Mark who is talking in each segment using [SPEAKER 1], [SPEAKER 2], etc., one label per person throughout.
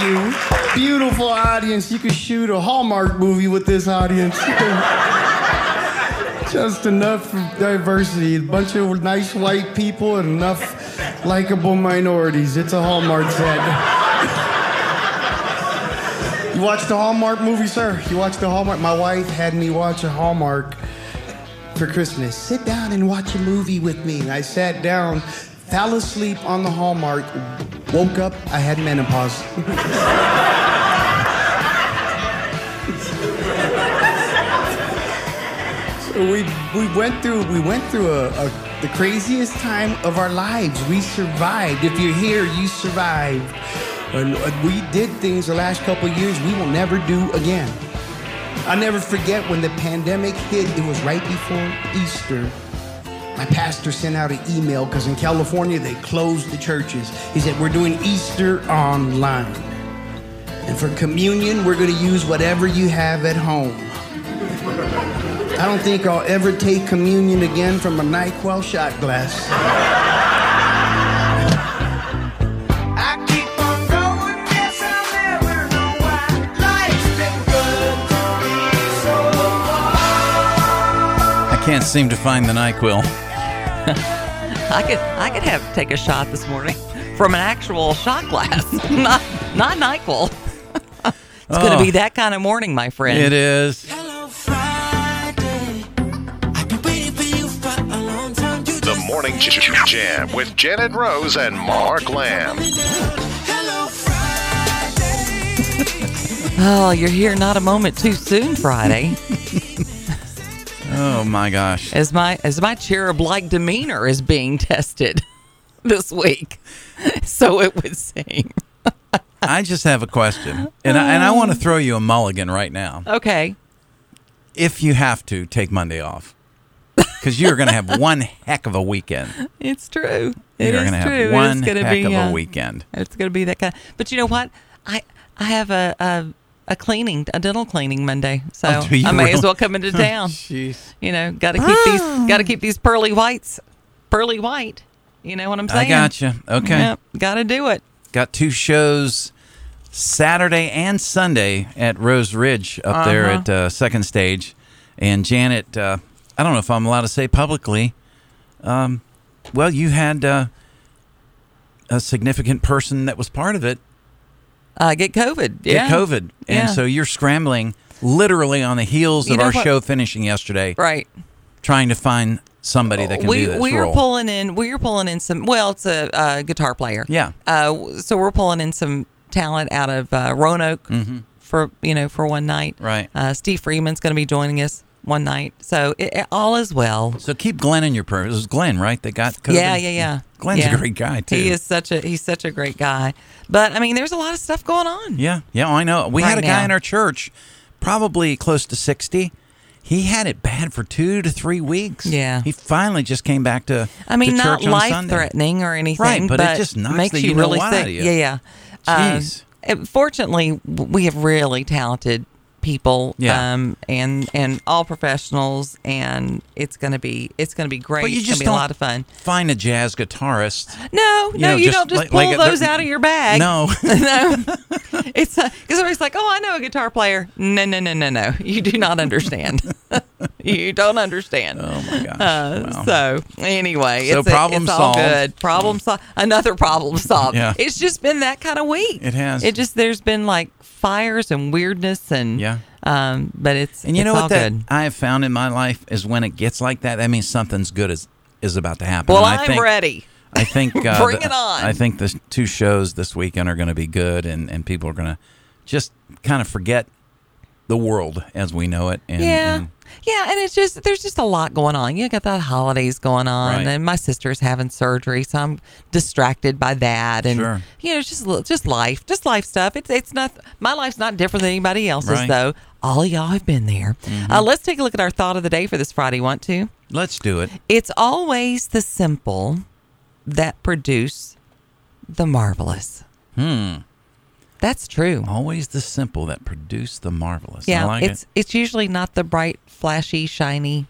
[SPEAKER 1] you. Beautiful audience. You could shoot a Hallmark movie with this audience. Just enough diversity. A bunch of nice white people and enough likable minorities. It's a Hallmark set. you watched the Hallmark movie, sir? You watched the Hallmark? My wife had me watch a Hallmark for Christmas. Sit down and watch a movie with me. And I sat down, fell asleep on the Hallmark, woke up, I had menopause. So we we went through we went through a, a the craziest time of our lives. We survived. If you're here, you survived. And uh, we did things the last couple of years we will never do again. I'll never forget when the pandemic hit. It was right before Easter. My pastor sent out an email because in California they closed the churches. He said, We're doing Easter online. And for communion, we're going to use whatever you have at home. I don't think I'll ever take communion again from a NyQuil shot glass.
[SPEAKER 2] I keep on going, guess I never know why. Life's been good to me so far.
[SPEAKER 3] I can't seem to find the NyQuil.
[SPEAKER 4] I could I could have take a shot this morning from an actual shot glass, not not Nyquil. it's gonna
[SPEAKER 3] Oh.
[SPEAKER 4] be that kind of morning, my friend.
[SPEAKER 3] It is.
[SPEAKER 2] Hello, Friday. I've been waiting for you for a long time. You
[SPEAKER 5] The
[SPEAKER 2] just
[SPEAKER 5] Morning
[SPEAKER 2] let
[SPEAKER 5] J- Jam with Janet Rose and Mark Lamb.
[SPEAKER 2] me down. Hello, Friday.
[SPEAKER 4] Oh, you're here not a moment too soon, Friday.
[SPEAKER 3] Oh my gosh.
[SPEAKER 4] as my as my cherub-like demeanor is being tested this week, so it would seem.
[SPEAKER 3] I just have a question, and I, and I want to throw you a mulligan right now.
[SPEAKER 4] Okay,
[SPEAKER 3] If you have to, take Monday off, because you're going to have one heck of a weekend.
[SPEAKER 4] it's true. It
[SPEAKER 3] You're
[SPEAKER 4] is
[SPEAKER 3] gonna have
[SPEAKER 4] true.
[SPEAKER 3] one
[SPEAKER 4] it's gonna
[SPEAKER 3] heck
[SPEAKER 4] be
[SPEAKER 3] of
[SPEAKER 4] uh,
[SPEAKER 3] a weekend.
[SPEAKER 4] It's gonna be that kind. but you know what? I I have a a, a cleaning, a dental cleaning Monday, so
[SPEAKER 3] Oh, do you
[SPEAKER 4] I may
[SPEAKER 3] really?
[SPEAKER 4] as well come into town.
[SPEAKER 3] Jeez.
[SPEAKER 4] You know, got to keep these, got to keep these pearly whites, pearly white. You know what I'm
[SPEAKER 3] I
[SPEAKER 4] saying?
[SPEAKER 3] gotcha. Okay.
[SPEAKER 4] Yep, got to do it.
[SPEAKER 3] Got two shows Saturday and Sunday at Rose Ridge up there
[SPEAKER 4] Uh-huh.
[SPEAKER 3] at uh, Second Stage. And Janet, uh, I don't know if I'm allowed to say publicly, um, well, you had uh, a significant person that was part of it
[SPEAKER 4] Uh, get COVID. Yeah.
[SPEAKER 3] get COVID. And
[SPEAKER 4] Yeah.
[SPEAKER 3] so you're scrambling literally on the heels
[SPEAKER 4] You
[SPEAKER 3] of
[SPEAKER 4] know
[SPEAKER 3] our
[SPEAKER 4] what?
[SPEAKER 3] show finishing yesterday,
[SPEAKER 4] Right.
[SPEAKER 3] trying to find somebody that can
[SPEAKER 4] we
[SPEAKER 3] do this
[SPEAKER 4] we
[SPEAKER 3] role.
[SPEAKER 4] are pulling in. We are pulling in some. Well, it's a uh, guitar player.
[SPEAKER 3] Yeah.
[SPEAKER 4] Uh, so we're pulling in some talent out of uh, Roanoke for you know for one night.
[SPEAKER 3] Mm-hmm. Right.
[SPEAKER 4] Uh, Steve Freeman's going to be joining us one night. So it, it- all is well.
[SPEAKER 3] so keep Glenn in your prayers. It was Glenn, right? That got COVID.
[SPEAKER 4] Yeah, yeah, yeah.
[SPEAKER 3] Glenn's
[SPEAKER 4] Yeah.
[SPEAKER 3] a great guy too.
[SPEAKER 4] He is such a he's such a great guy. But I mean, there's a lot of stuff going on.
[SPEAKER 3] Yeah, yeah, I know. We had a
[SPEAKER 4] Right
[SPEAKER 3] guy
[SPEAKER 4] now.
[SPEAKER 3] in our church, probably close to 60. He had it bad for two to three weeks.
[SPEAKER 4] Yeah.
[SPEAKER 3] He finally just came back to
[SPEAKER 4] I mean,
[SPEAKER 3] to
[SPEAKER 4] not
[SPEAKER 3] church on
[SPEAKER 4] life
[SPEAKER 3] Sunday.
[SPEAKER 4] threatening or anything,
[SPEAKER 3] Right, but
[SPEAKER 4] but
[SPEAKER 3] it just knocks
[SPEAKER 4] makes
[SPEAKER 3] the
[SPEAKER 4] you
[SPEAKER 3] you know
[SPEAKER 4] really
[SPEAKER 3] what
[SPEAKER 4] think.
[SPEAKER 3] out of you.
[SPEAKER 4] Yeah, yeah. Um,
[SPEAKER 3] Jeez.
[SPEAKER 4] it- fortunately, w- we have really talented people,
[SPEAKER 3] Yeah.
[SPEAKER 4] um, and and all professionals, and it's gonna be it's gonna be great.
[SPEAKER 3] But you
[SPEAKER 4] it's
[SPEAKER 3] just
[SPEAKER 4] gonna be a
[SPEAKER 3] don't
[SPEAKER 4] lot of fun.
[SPEAKER 3] Find a jazz guitarist.
[SPEAKER 4] No, no,
[SPEAKER 3] know,
[SPEAKER 4] you
[SPEAKER 3] just
[SPEAKER 4] don't just
[SPEAKER 3] like-
[SPEAKER 4] pull
[SPEAKER 3] like a-
[SPEAKER 4] those out of your bag.
[SPEAKER 3] No.
[SPEAKER 4] It's because everybody's like, "Oh, I know a guitar player." No, no, no, no, no. You do not understand. you don't understand.
[SPEAKER 3] oh my gosh.
[SPEAKER 4] Uh,
[SPEAKER 3] Wow.
[SPEAKER 4] So anyway,
[SPEAKER 3] So
[SPEAKER 4] it's,
[SPEAKER 3] problem
[SPEAKER 4] it's all
[SPEAKER 3] solved.
[SPEAKER 4] good. Problem solved. Another problem solved.
[SPEAKER 3] Yeah.
[SPEAKER 4] It's just been that kind of week.
[SPEAKER 3] It has.
[SPEAKER 4] It just there's been like fires and weirdness and
[SPEAKER 3] Yeah.
[SPEAKER 4] Um, but it's
[SPEAKER 3] and you
[SPEAKER 4] it's
[SPEAKER 3] know
[SPEAKER 4] all
[SPEAKER 3] what that
[SPEAKER 4] good.
[SPEAKER 3] I have found in my life is when it gets like that, that means something's good is is about to happen.
[SPEAKER 4] Well,
[SPEAKER 3] And I
[SPEAKER 4] I'm
[SPEAKER 3] think-
[SPEAKER 4] ready.
[SPEAKER 3] I think uh,
[SPEAKER 4] Bring
[SPEAKER 3] the-
[SPEAKER 4] it on.
[SPEAKER 3] I think the two shows this weekend are going to be good, and, and people are going to just kind of forget the world as we know it. And,
[SPEAKER 4] Yeah.
[SPEAKER 3] and-
[SPEAKER 4] yeah, and it's just there's just a lot going on. You got the holidays going on,
[SPEAKER 3] Right.
[SPEAKER 4] and my sister's having surgery, so I'm distracted by that. And
[SPEAKER 3] Sure.
[SPEAKER 4] you know, it's just li- just life, just life stuff. It's it's not my life's not different than anybody else's
[SPEAKER 3] Right. Mm-hmm.
[SPEAKER 4] though. All of y'all have been there. Uh, let's take a look at our thought of the day for this Friday. Want to?
[SPEAKER 3] let's do it.
[SPEAKER 4] It's always the simple that produce the marvelous. Hmm. That's true.
[SPEAKER 3] Always the simple that produce the marvelous. I
[SPEAKER 4] Yeah,
[SPEAKER 3] like
[SPEAKER 4] it's
[SPEAKER 3] it.
[SPEAKER 4] it's usually not the bright, flashy, shiny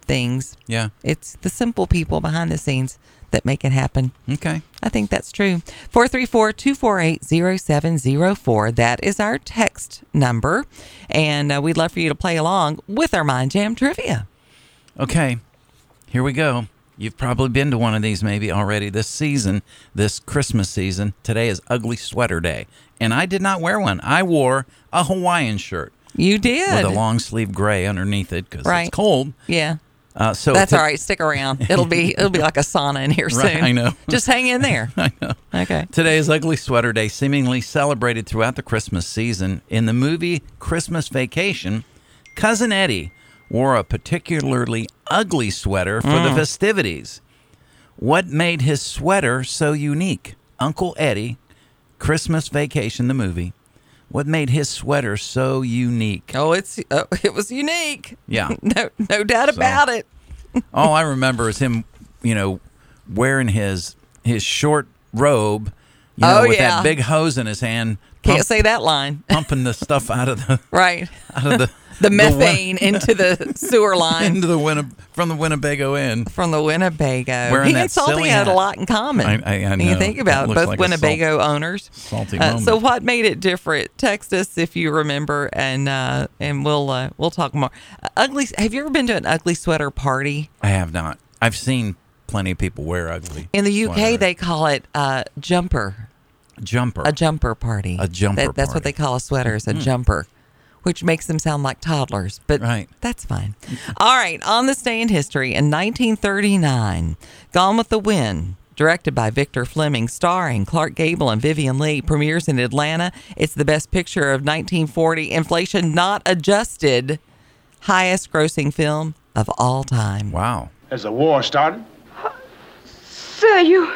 [SPEAKER 4] things.
[SPEAKER 3] Mm-hmm. Yeah.
[SPEAKER 4] It's the simple people behind the scenes that make it happen.
[SPEAKER 3] Okay.
[SPEAKER 4] I think that's true. 434 248 0704. That is our text number. And uh, we'd love for you to play along with our Mind Jam trivia.
[SPEAKER 3] Okay, here we go. You've probably been to one of these maybe already this season, this Christmas season. Today is Ugly Sweater Day. And I did not wear one. I wore a Hawaiian shirt
[SPEAKER 4] You did.
[SPEAKER 3] with a long sleeve gray underneath it because
[SPEAKER 4] Right.
[SPEAKER 3] it's cold.
[SPEAKER 4] yeah.
[SPEAKER 3] Uh, so
[SPEAKER 4] That's
[SPEAKER 3] to-
[SPEAKER 4] all right. Stick around. It'll be it'll be like a sauna in here soon.
[SPEAKER 3] Right, I know.
[SPEAKER 4] Just hang in there. I know. Okay.
[SPEAKER 3] Today is Ugly Sweater Day, seemingly celebrated throughout the Christmas season. In the movie Christmas Vacation, Cousin Eddie wore a particularly ugly sweater for
[SPEAKER 4] Mm.
[SPEAKER 3] the festivities. What made his sweater so unique? Uncle Eddie, Christmas Vacation, the movie. What made his sweater so unique?
[SPEAKER 4] Oh, it's oh, it was unique.
[SPEAKER 3] Yeah.
[SPEAKER 4] No no doubt about it.
[SPEAKER 3] All I remember is him, you know, wearing his his short robe, you know,
[SPEAKER 4] Oh,
[SPEAKER 3] with
[SPEAKER 4] yeah.
[SPEAKER 3] that big hose in his hand,
[SPEAKER 4] Can't
[SPEAKER 3] pump-
[SPEAKER 4] say that line.
[SPEAKER 3] pumping the stuff out of the
[SPEAKER 4] Right.
[SPEAKER 3] out of the
[SPEAKER 4] The
[SPEAKER 3] win-
[SPEAKER 4] methane into the sewer line
[SPEAKER 3] into the Winne- from the Winnebago Inn.
[SPEAKER 4] from the Winnebago.
[SPEAKER 3] Wearing
[SPEAKER 4] he
[SPEAKER 3] that
[SPEAKER 4] and Salty
[SPEAKER 3] silly
[SPEAKER 4] had a
[SPEAKER 3] hat.
[SPEAKER 4] lot in common.
[SPEAKER 3] I- I- I
[SPEAKER 4] When You
[SPEAKER 3] know.
[SPEAKER 4] think
[SPEAKER 3] That
[SPEAKER 4] about it,
[SPEAKER 3] looks
[SPEAKER 4] both
[SPEAKER 3] like a
[SPEAKER 4] Winnebago owners.
[SPEAKER 3] salty
[SPEAKER 4] Uh, so
[SPEAKER 3] moment.
[SPEAKER 4] what made it different? Text us if you remember, and uh, and we'll uh, we'll talk more. Uh, ugly. Have you ever been to an ugly sweater party?
[SPEAKER 3] I have not. I've seen plenty of people wear ugly.
[SPEAKER 4] In the UK,
[SPEAKER 3] sweaters.
[SPEAKER 4] they call it uh, jumper,
[SPEAKER 3] jumper.
[SPEAKER 4] a jumper party.
[SPEAKER 3] A jumper
[SPEAKER 4] That, that's what
[SPEAKER 3] party. Mm-hmm.
[SPEAKER 4] they call a sweater, is a jumper, which makes them sound like toddlers, but
[SPEAKER 3] Right.
[SPEAKER 4] that's fine. All right, on this day in history, in 1939, Gone with the Wind. Directed by Victor Fleming, starring Clark Gable and Vivian Lee, premieres in Atlanta. It's the best picture of 1940, inflation not adjusted, highest grossing film of all time.
[SPEAKER 3] wow.
[SPEAKER 6] Has the war started?
[SPEAKER 7] Sir, you.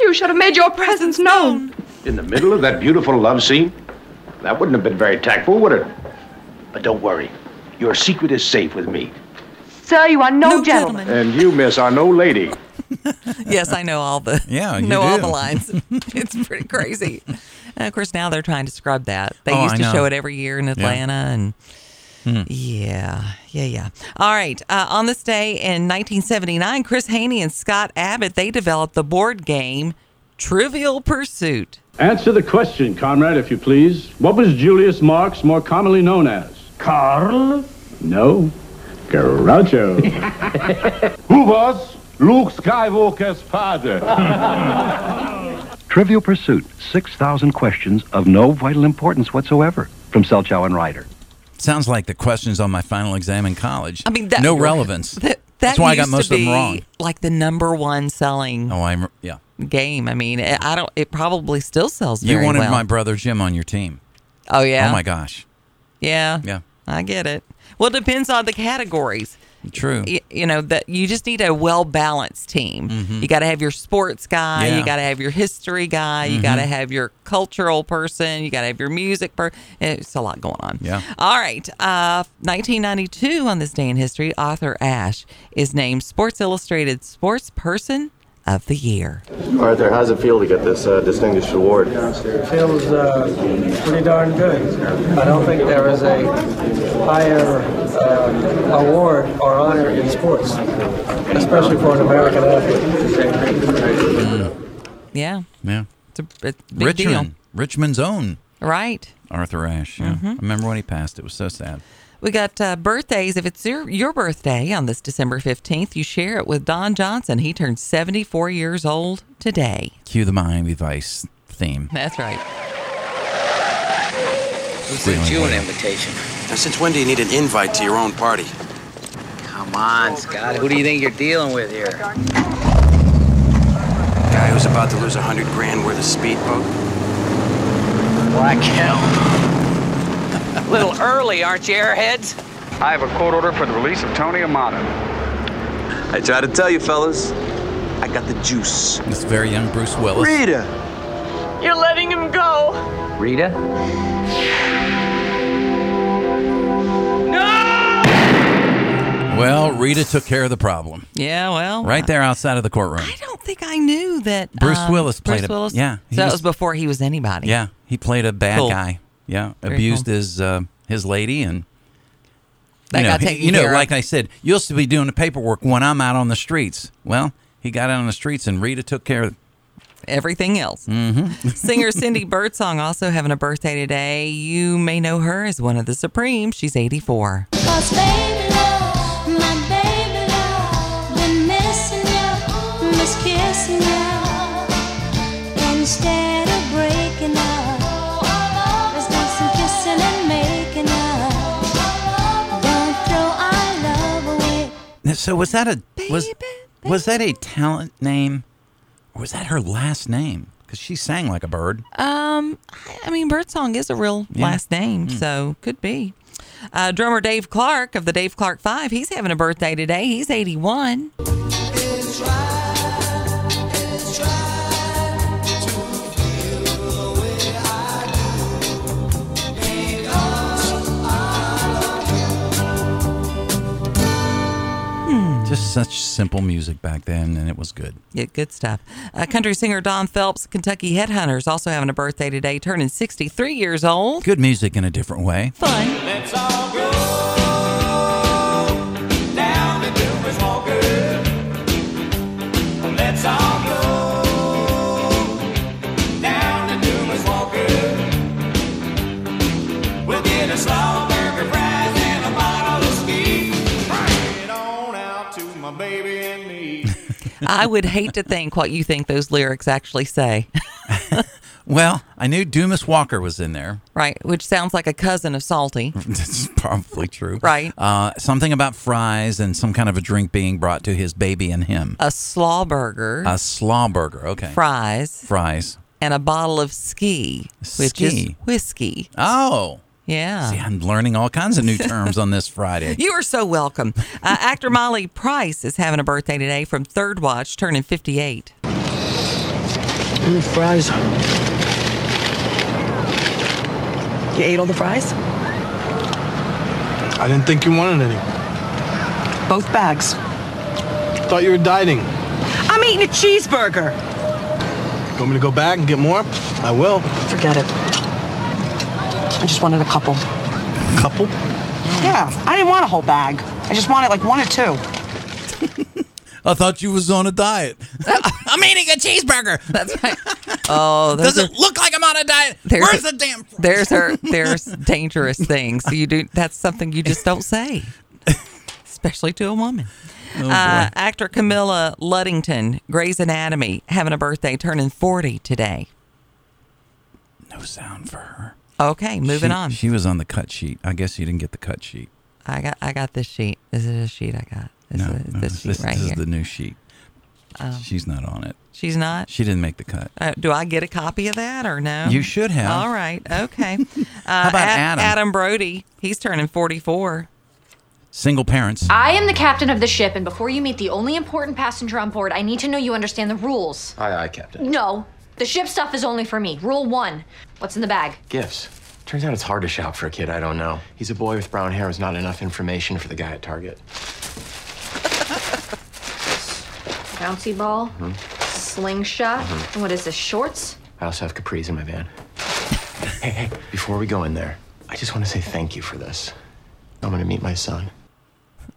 [SPEAKER 7] You should have made your presence known.
[SPEAKER 6] In the middle of that beautiful love scene? That wouldn't have been very tactful, would it? But don't worry. Your secret is safe with me.
[SPEAKER 7] Sir, you are no, gentleman.
[SPEAKER 6] And you, miss, are no lady.
[SPEAKER 4] yes, I know all the
[SPEAKER 3] Yeah, you
[SPEAKER 4] know all
[SPEAKER 3] do.
[SPEAKER 4] the lines. it's pretty crazy. And of course, now they're trying to scrub that. They
[SPEAKER 3] Oh,
[SPEAKER 4] used
[SPEAKER 3] I
[SPEAKER 4] to
[SPEAKER 3] know. Hmm.
[SPEAKER 4] show it every year in Atlanta, and yeah, yeah, yeah. All right. Uh, on this day in 1979, Chris Haney and Scott Abbott they developed the board game Trivial Pursuit.
[SPEAKER 8] Answer the question, comrade, if you please. What was Julius Marx more commonly known as? Carl? No. Groucho. Who was Luke Skywalker's father?
[SPEAKER 9] Trivial Pursuit 6,000 questions of no vital importance whatsoever from Selchow and Ryder.
[SPEAKER 3] Sounds like the questions on my final exam in college.
[SPEAKER 4] I mean, that,
[SPEAKER 3] no relevance.
[SPEAKER 4] That, that
[SPEAKER 3] That's why I got
[SPEAKER 4] used to
[SPEAKER 3] most of them
[SPEAKER 4] be,
[SPEAKER 3] wrong.
[SPEAKER 4] Like the number one selling
[SPEAKER 3] Oh, I'm yeah.
[SPEAKER 4] game. I mean, it, I don't. It probably still sells.
[SPEAKER 3] You
[SPEAKER 4] very
[SPEAKER 3] wanted
[SPEAKER 4] well.
[SPEAKER 3] my brother Jim on your team.
[SPEAKER 4] Oh yeah.
[SPEAKER 3] Oh my gosh.
[SPEAKER 4] Yeah.
[SPEAKER 3] Yeah.
[SPEAKER 4] I get it. Well, it depends on the categories.
[SPEAKER 3] True.
[SPEAKER 4] Y- You know that you just need a well balanced team. You got to have your sports guy.
[SPEAKER 3] Mm-hmm. Yeah. Mm-hmm.
[SPEAKER 4] You got to have your history guy. You got to have your cultural person. You got to have your music person. It's a lot going on.
[SPEAKER 3] Yeah.
[SPEAKER 4] All right. Uh, 1992 on this day in history, author Ash is named Sports Illustrated Sports Person of the Year.
[SPEAKER 10] Arthur, how's it feel to get this uh, distinguished award?
[SPEAKER 11] feels uh, pretty darn good. I don't think there is a higher uh, award or honor in sports, especially for an American athlete.
[SPEAKER 4] Yeah.
[SPEAKER 3] Yeah.
[SPEAKER 4] It's a, it's a big
[SPEAKER 3] Richmond.
[SPEAKER 4] deal.
[SPEAKER 3] Richmond's own
[SPEAKER 4] Right.
[SPEAKER 3] Arthur Ashe. Yeah.
[SPEAKER 4] Mm-hmm.
[SPEAKER 3] I remember when he passed. It was so sad.
[SPEAKER 4] We got uh, birthdays. If it's your, your birthday on this December 15th, you share it with Don Johnson. He turned 74 years old today.
[SPEAKER 3] Cue the Miami Vice theme.
[SPEAKER 4] That's right.
[SPEAKER 12] Who sent you an invitation?
[SPEAKER 10] Now, since when do you need an invite to your own party?
[SPEAKER 12] Come on, Scott. Who do you think you're dealing with here?
[SPEAKER 10] Guy who's about to lose a hundred grand worth of speedboat?
[SPEAKER 12] Black Hell. A little early, aren't you, airheads?
[SPEAKER 6] I have a court order for the release of Tony Amato.
[SPEAKER 10] I try to tell you, fellas, I got the juice.
[SPEAKER 3] This very young Bruce Willis.
[SPEAKER 10] Rita!
[SPEAKER 7] You're letting him go.
[SPEAKER 12] Rita?
[SPEAKER 3] Well, Rita took care of the problem.
[SPEAKER 4] Yeah, well.
[SPEAKER 3] Right there outside of the courtroom.
[SPEAKER 4] I don't think I knew that. um,
[SPEAKER 3] Bruce Willis played
[SPEAKER 4] Bruce
[SPEAKER 3] a-
[SPEAKER 4] Willis.
[SPEAKER 3] yeah,
[SPEAKER 4] So
[SPEAKER 3] he
[SPEAKER 4] that
[SPEAKER 3] was-
[SPEAKER 4] was before he was anybody.
[SPEAKER 3] Yeah, he played a bad
[SPEAKER 4] Cool.
[SPEAKER 3] guy. Yeah,
[SPEAKER 4] Very
[SPEAKER 3] abused
[SPEAKER 4] cool.
[SPEAKER 3] his uh, his lady and
[SPEAKER 4] That
[SPEAKER 3] you know,
[SPEAKER 4] got
[SPEAKER 3] he-
[SPEAKER 4] taken
[SPEAKER 3] you know,
[SPEAKER 4] care of.
[SPEAKER 3] like I said, you'll still be doing the paperwork when I'm out on the streets. Well, he got out on the streets and Rita took care of
[SPEAKER 4] everything else.
[SPEAKER 3] Mm-hmm.
[SPEAKER 4] Singer Cindy Birdsong also having a birthday today. You may know her as one of the Supremes. She's 84.
[SPEAKER 2] Cause baby love, my baby love, been missing you, miss kissing you. Instead of breaking up, let's do some kissing and making up. Don't throw our love away.
[SPEAKER 3] So was that a was was that a talent name, or was that her last name? Because she sang like a bird.
[SPEAKER 4] Um, I, I mean, Birdsong is a real
[SPEAKER 3] Yeah.
[SPEAKER 4] last name,
[SPEAKER 3] Mm.
[SPEAKER 4] so could be. Uh, drummer Dave Clark of the Dave Clark Five, he's having a birthday today. He's 81.
[SPEAKER 3] Just such simple music back then, and it was good.
[SPEAKER 4] Yeah, good stuff. Uh, country singer Don Phelps, Kentucky Headhunters, also having a birthday today, turning 63 years old.
[SPEAKER 3] Good music in a different way.
[SPEAKER 4] Fun.
[SPEAKER 2] Let's all go down to Doomers Walker. Let's all go down to Doomers Walker. We'll get a slaw burger fries and a bottle of ski. Bring it on out to my baby and me.
[SPEAKER 4] I would hate to think what you think those lyrics actually say,
[SPEAKER 3] Well, I knew Dumas Walker was in there.
[SPEAKER 4] right? Which sounds like a cousin of Salty.
[SPEAKER 3] That's probably true.
[SPEAKER 4] Right.
[SPEAKER 3] Uh, something about fries and some kind of a drink being brought to his baby and him.
[SPEAKER 4] A slaw burger,
[SPEAKER 3] A slaw burger. Okay.
[SPEAKER 4] fries,
[SPEAKER 3] Fries.
[SPEAKER 4] and a bottle of ski, which is
[SPEAKER 3] Ski.
[SPEAKER 4] whiskey.
[SPEAKER 3] Oh.
[SPEAKER 4] Yeah.
[SPEAKER 3] See, I'm learning all kinds of new terms on this Friday.
[SPEAKER 4] Uh. You are so welcome. Uh, actor Molly Price is having a birthday today from Third Watch, turning 58.
[SPEAKER 13] And the fries. You ate all the fries?
[SPEAKER 14] I didn't think you wanted any.
[SPEAKER 13] Both bags.
[SPEAKER 14] Thought you were dieting.
[SPEAKER 13] I'm eating a cheeseburger.
[SPEAKER 14] Want me to go back and get more? I will.
[SPEAKER 13] Forget it. I just wanted a couple.
[SPEAKER 14] Couple?
[SPEAKER 13] Yeah, I didn't want a whole bag. I just wanted like one or two.
[SPEAKER 3] I thought you was on a diet.
[SPEAKER 4] Uh,
[SPEAKER 2] I'm eating a cheeseburger.
[SPEAKER 4] That's right. Oh, those are-
[SPEAKER 2] look like I'm on a diet?
[SPEAKER 4] There's a- There's her. There's dangerous things. You do. That's something you just don't say, especially to a woman.
[SPEAKER 2] Oh,
[SPEAKER 4] uh,
[SPEAKER 2] boy.
[SPEAKER 4] actor Camilla Luddington, Grey's Anatomy, having a birthday, turning 40 today.
[SPEAKER 3] No sound for her.
[SPEAKER 4] Okay, moving
[SPEAKER 3] She-
[SPEAKER 4] on.
[SPEAKER 3] She was on the cut sheet. I guess you didn't get the cut sheet.
[SPEAKER 4] I got. I got this sheet. Is it a sheet I got? Is
[SPEAKER 3] no,
[SPEAKER 4] it
[SPEAKER 3] no,
[SPEAKER 4] this sheet
[SPEAKER 3] this,
[SPEAKER 4] right
[SPEAKER 3] this
[SPEAKER 4] here?
[SPEAKER 3] is the new sheet.
[SPEAKER 4] Oh.
[SPEAKER 3] She's not on it.
[SPEAKER 4] She's not.
[SPEAKER 3] She didn't make the cut.
[SPEAKER 4] Uh, do I get a copy of that or no?
[SPEAKER 3] You should have.
[SPEAKER 4] All right. Okay. Uh,
[SPEAKER 3] How about Adam?
[SPEAKER 4] Adam Brody. He's turning 44.
[SPEAKER 3] Single parents.
[SPEAKER 15] I am the captain of the ship, and before you meet the only important passenger on board, I need to know you understand the rules.
[SPEAKER 12] Aye, aye, Captain.
[SPEAKER 15] No, the ship stuff is only for me. Rule one What's in the bag?
[SPEAKER 16] Gifts. Turns out it's hard to shop for a kid I don't know. He's a boy with brown hair with not enough information for the guy at Target.
[SPEAKER 15] Bouncy ball,
[SPEAKER 16] Mhm.
[SPEAKER 15] slingshot,
[SPEAKER 16] Mhm.
[SPEAKER 15] and what is this, shorts?
[SPEAKER 16] I also have capris in my van. hey, hey, before we go in there, I just want to say thank you for this. I'm going to meet my son.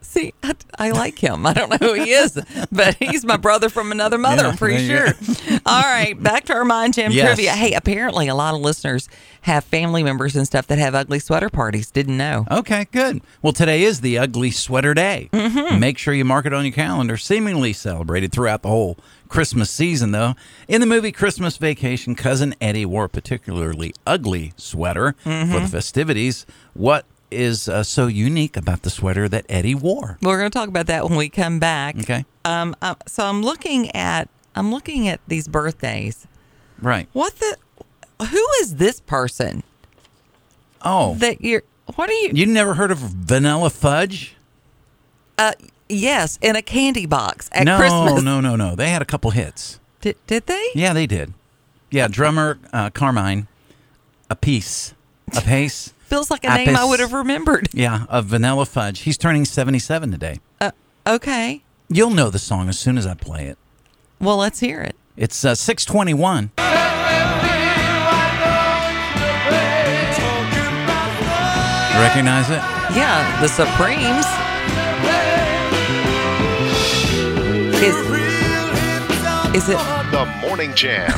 [SPEAKER 4] See, I, I like him. I don't know who he is, but he's my brother from another mother,
[SPEAKER 3] Yeah,
[SPEAKER 4] I'm pretty sure.
[SPEAKER 3] there
[SPEAKER 4] All right, back to our Mind Jam
[SPEAKER 3] Yes.
[SPEAKER 4] trivia. Hey, apparently a lot of listeners have family members and stuff that have ugly sweater parties. Didn't know.
[SPEAKER 3] Okay, good. Well, today is the ugly sweater day.
[SPEAKER 4] Mhm.
[SPEAKER 3] Make sure you mark it on your calendar. Seemingly celebrated throughout the whole Christmas season, though. In the movie Christmas Vacation, Cousin Eddie wore a particularly ugly sweater for the
[SPEAKER 4] Mhm.
[SPEAKER 3] festivities. What is uh, so unique about the sweater that Eddie wore?
[SPEAKER 4] We're going to talk about that when we come back.
[SPEAKER 3] Okay.
[SPEAKER 4] Um, uh, so I'm looking at I'm looking at these birthdays.
[SPEAKER 3] Right.
[SPEAKER 4] What the? Who is this person?
[SPEAKER 3] Oh.
[SPEAKER 4] That you're. What are you?
[SPEAKER 3] You never heard of vanilla fudge?
[SPEAKER 4] Uh, yes, in a candy box at
[SPEAKER 3] no,
[SPEAKER 4] Christmas.
[SPEAKER 3] no, no, no. They had a couple hits.
[SPEAKER 4] Did, did they?
[SPEAKER 3] Yeah, they did. Yeah, drummer uh, Carmine, a piece, a pace.
[SPEAKER 4] Feels like a name I
[SPEAKER 3] Apis.
[SPEAKER 4] would have remembered.
[SPEAKER 3] Yeah, of Vanilla Fudge. He's turning 77 today.
[SPEAKER 4] Uh, okay.
[SPEAKER 3] You'll know the song as soon as I play it.
[SPEAKER 4] Well, let's hear it.
[SPEAKER 3] It's uh, 621. Recognize it?
[SPEAKER 4] Yeah, the Supremes. Is, is it?
[SPEAKER 5] The Morning Jam.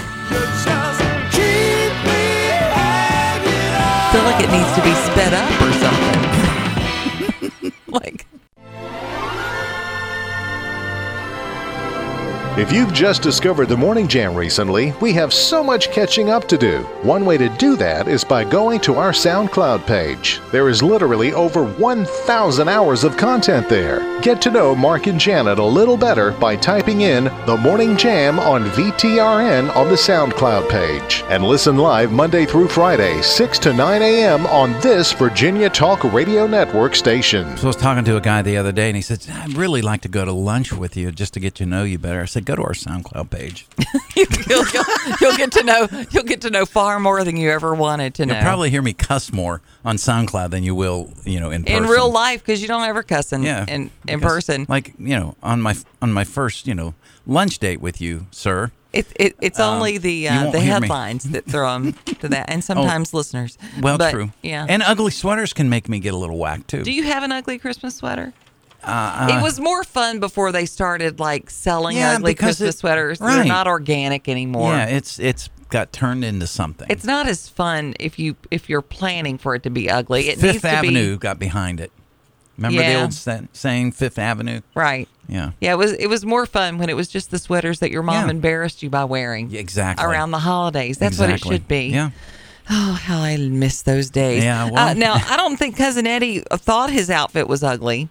[SPEAKER 4] feel like it needs to be sped up or something. like,
[SPEAKER 5] If you've just discovered the Morning Jam recently, we have so much catching up to do. One way to do that is by going to our SoundCloud page. There is literally over 1,000 hours of content there. Get to know Mark and Janet a little better by typing in The Morning Jam on VTRN on the SoundCloud page. And listen live Monday through Friday, 6 to 9 a.m. on this Virginia Talk Radio Network station.
[SPEAKER 3] So I was talking to a guy the other day, and he said, "I'd really like to go to lunch with you just to get to know you better." I said, "Go to our SoundCloud page.
[SPEAKER 4] you'll, you'll, you'll get to know you'll get to know far more than you ever wanted to know.
[SPEAKER 3] You'll probably hear me cuss more on SoundCloud than you will, you know, in
[SPEAKER 4] in
[SPEAKER 3] person.
[SPEAKER 4] real life because you don't ever cuss in
[SPEAKER 3] yeah,
[SPEAKER 4] in, Mm-hmm. in
[SPEAKER 3] because,
[SPEAKER 4] person.
[SPEAKER 3] Like you know, on my on my first you know lunch date with you, sir.
[SPEAKER 4] It, it, it's
[SPEAKER 3] Um,
[SPEAKER 4] only the
[SPEAKER 3] you
[SPEAKER 4] uh,
[SPEAKER 3] won't
[SPEAKER 4] the
[SPEAKER 3] hear me. Oh.
[SPEAKER 4] headlines that throw them to that, and sometimes listeners.
[SPEAKER 3] Well,
[SPEAKER 4] But,
[SPEAKER 3] true.
[SPEAKER 4] Yeah.
[SPEAKER 3] and ugly sweaters can make me get a little whack too.
[SPEAKER 4] do you have an ugly Christmas sweater?
[SPEAKER 3] uh,
[SPEAKER 4] it was more fun before they started like selling
[SPEAKER 3] Yeah,
[SPEAKER 4] ugly
[SPEAKER 3] because
[SPEAKER 4] Christmas
[SPEAKER 3] it-
[SPEAKER 4] sweaters. They're
[SPEAKER 3] right.
[SPEAKER 4] not organic anymore.
[SPEAKER 3] Yeah, it's it's got turned into something.
[SPEAKER 4] It's not as fun if you if you're planning for it to be ugly. It needs
[SPEAKER 3] Fifth
[SPEAKER 4] to
[SPEAKER 3] Avenue
[SPEAKER 4] be
[SPEAKER 3] got behind it. Remember the
[SPEAKER 4] Yeah.
[SPEAKER 3] old sa- saying, Fifth Avenue?
[SPEAKER 4] right.
[SPEAKER 3] Yeah.
[SPEAKER 4] Yeah, it was it was more fun when it was just the sweaters that your mom
[SPEAKER 3] Yeah.
[SPEAKER 4] embarrassed you by wearing.
[SPEAKER 3] Exactly.
[SPEAKER 4] Around the holidays. That's what
[SPEAKER 3] Exactly.
[SPEAKER 4] it should be.
[SPEAKER 3] Yeah.
[SPEAKER 4] Oh, how I miss those days.
[SPEAKER 3] Yeah,
[SPEAKER 4] uh,
[SPEAKER 3] well-
[SPEAKER 4] now, I don't think Cousin Eddie thought his outfit was ugly.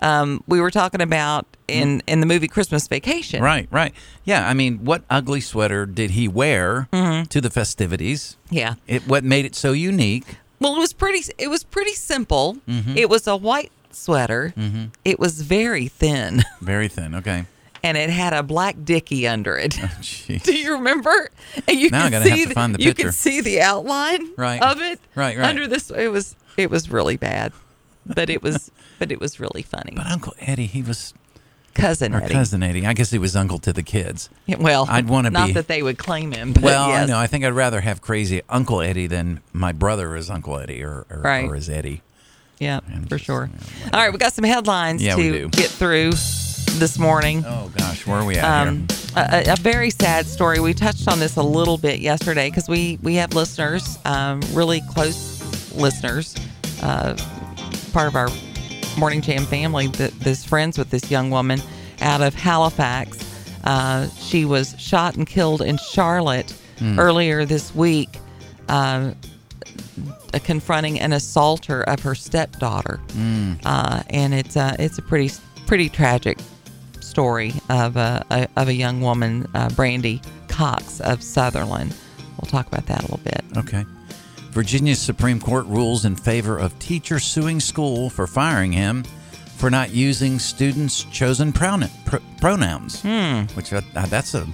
[SPEAKER 4] Um, we were talking about in, in the movie Christmas Vacation.
[SPEAKER 3] Mm-hmm. Right, right. Yeah, I mean, what ugly sweater did he wear
[SPEAKER 4] Mhm.
[SPEAKER 3] to the festivities?
[SPEAKER 4] Yeah.
[SPEAKER 3] It what made it so unique?
[SPEAKER 4] Well, it was pretty. It was pretty simple.
[SPEAKER 3] Mhm.
[SPEAKER 4] It was a white sweater.
[SPEAKER 3] Mhm.
[SPEAKER 4] It was very thin,
[SPEAKER 3] Very thin. Okay.
[SPEAKER 4] and it had a black dicky under it.
[SPEAKER 3] Jeez.
[SPEAKER 4] Do you remember? And you
[SPEAKER 3] Now I'm
[SPEAKER 4] can
[SPEAKER 3] gonna have
[SPEAKER 4] see
[SPEAKER 3] to find the
[SPEAKER 4] you
[SPEAKER 3] picture.
[SPEAKER 4] can see the outline
[SPEAKER 3] Right.
[SPEAKER 4] of it.
[SPEAKER 3] Right, right.
[SPEAKER 4] Under this, it was it was really bad, but it was but it was really funny.
[SPEAKER 3] But Uncle Eddie, he was
[SPEAKER 4] cousin
[SPEAKER 3] or
[SPEAKER 4] Eddie.
[SPEAKER 3] cousin Eddie. I guess he was uncle to the kids.
[SPEAKER 4] Yeah, Well,
[SPEAKER 3] I'd want to
[SPEAKER 4] not
[SPEAKER 3] be.
[SPEAKER 4] that they would claim him. But
[SPEAKER 3] well,
[SPEAKER 4] yes.
[SPEAKER 3] I know. I think I'd rather have crazy Uncle Eddie than my brother is Uncle Eddie or or,
[SPEAKER 4] Right.
[SPEAKER 3] or is Eddie.
[SPEAKER 4] Yeah, for sure. All right, we got some headlines
[SPEAKER 3] Yeah, we
[SPEAKER 4] to
[SPEAKER 3] do.
[SPEAKER 4] get through this morning.
[SPEAKER 3] Oh gosh, where are we at here?
[SPEAKER 4] Um, a, a- a very sad story. We touched on this a little bit yesterday because we we have listeners, um, really close listeners, uh, part of our morning jam family that that is friends with this young woman out of Halifax. Uh, she was shot and killed in Charlotte
[SPEAKER 17] Hmm.
[SPEAKER 4] earlier this week, uh, confronting an assaulter of her stepdaughter
[SPEAKER 17] Mm.
[SPEAKER 4] uh, and it's uh, it's a pretty pretty tragic story of a, a of a young woman, uh, Brandy Cox of Sutherland. We'll talk about that a little bit.
[SPEAKER 3] Okay. Virginia's Supreme Court rules in favor of teacher suing school for firing him for not using students' chosen pronoun, pr- pronouns.
[SPEAKER 4] Hmm.
[SPEAKER 3] Which uh, uh, that's a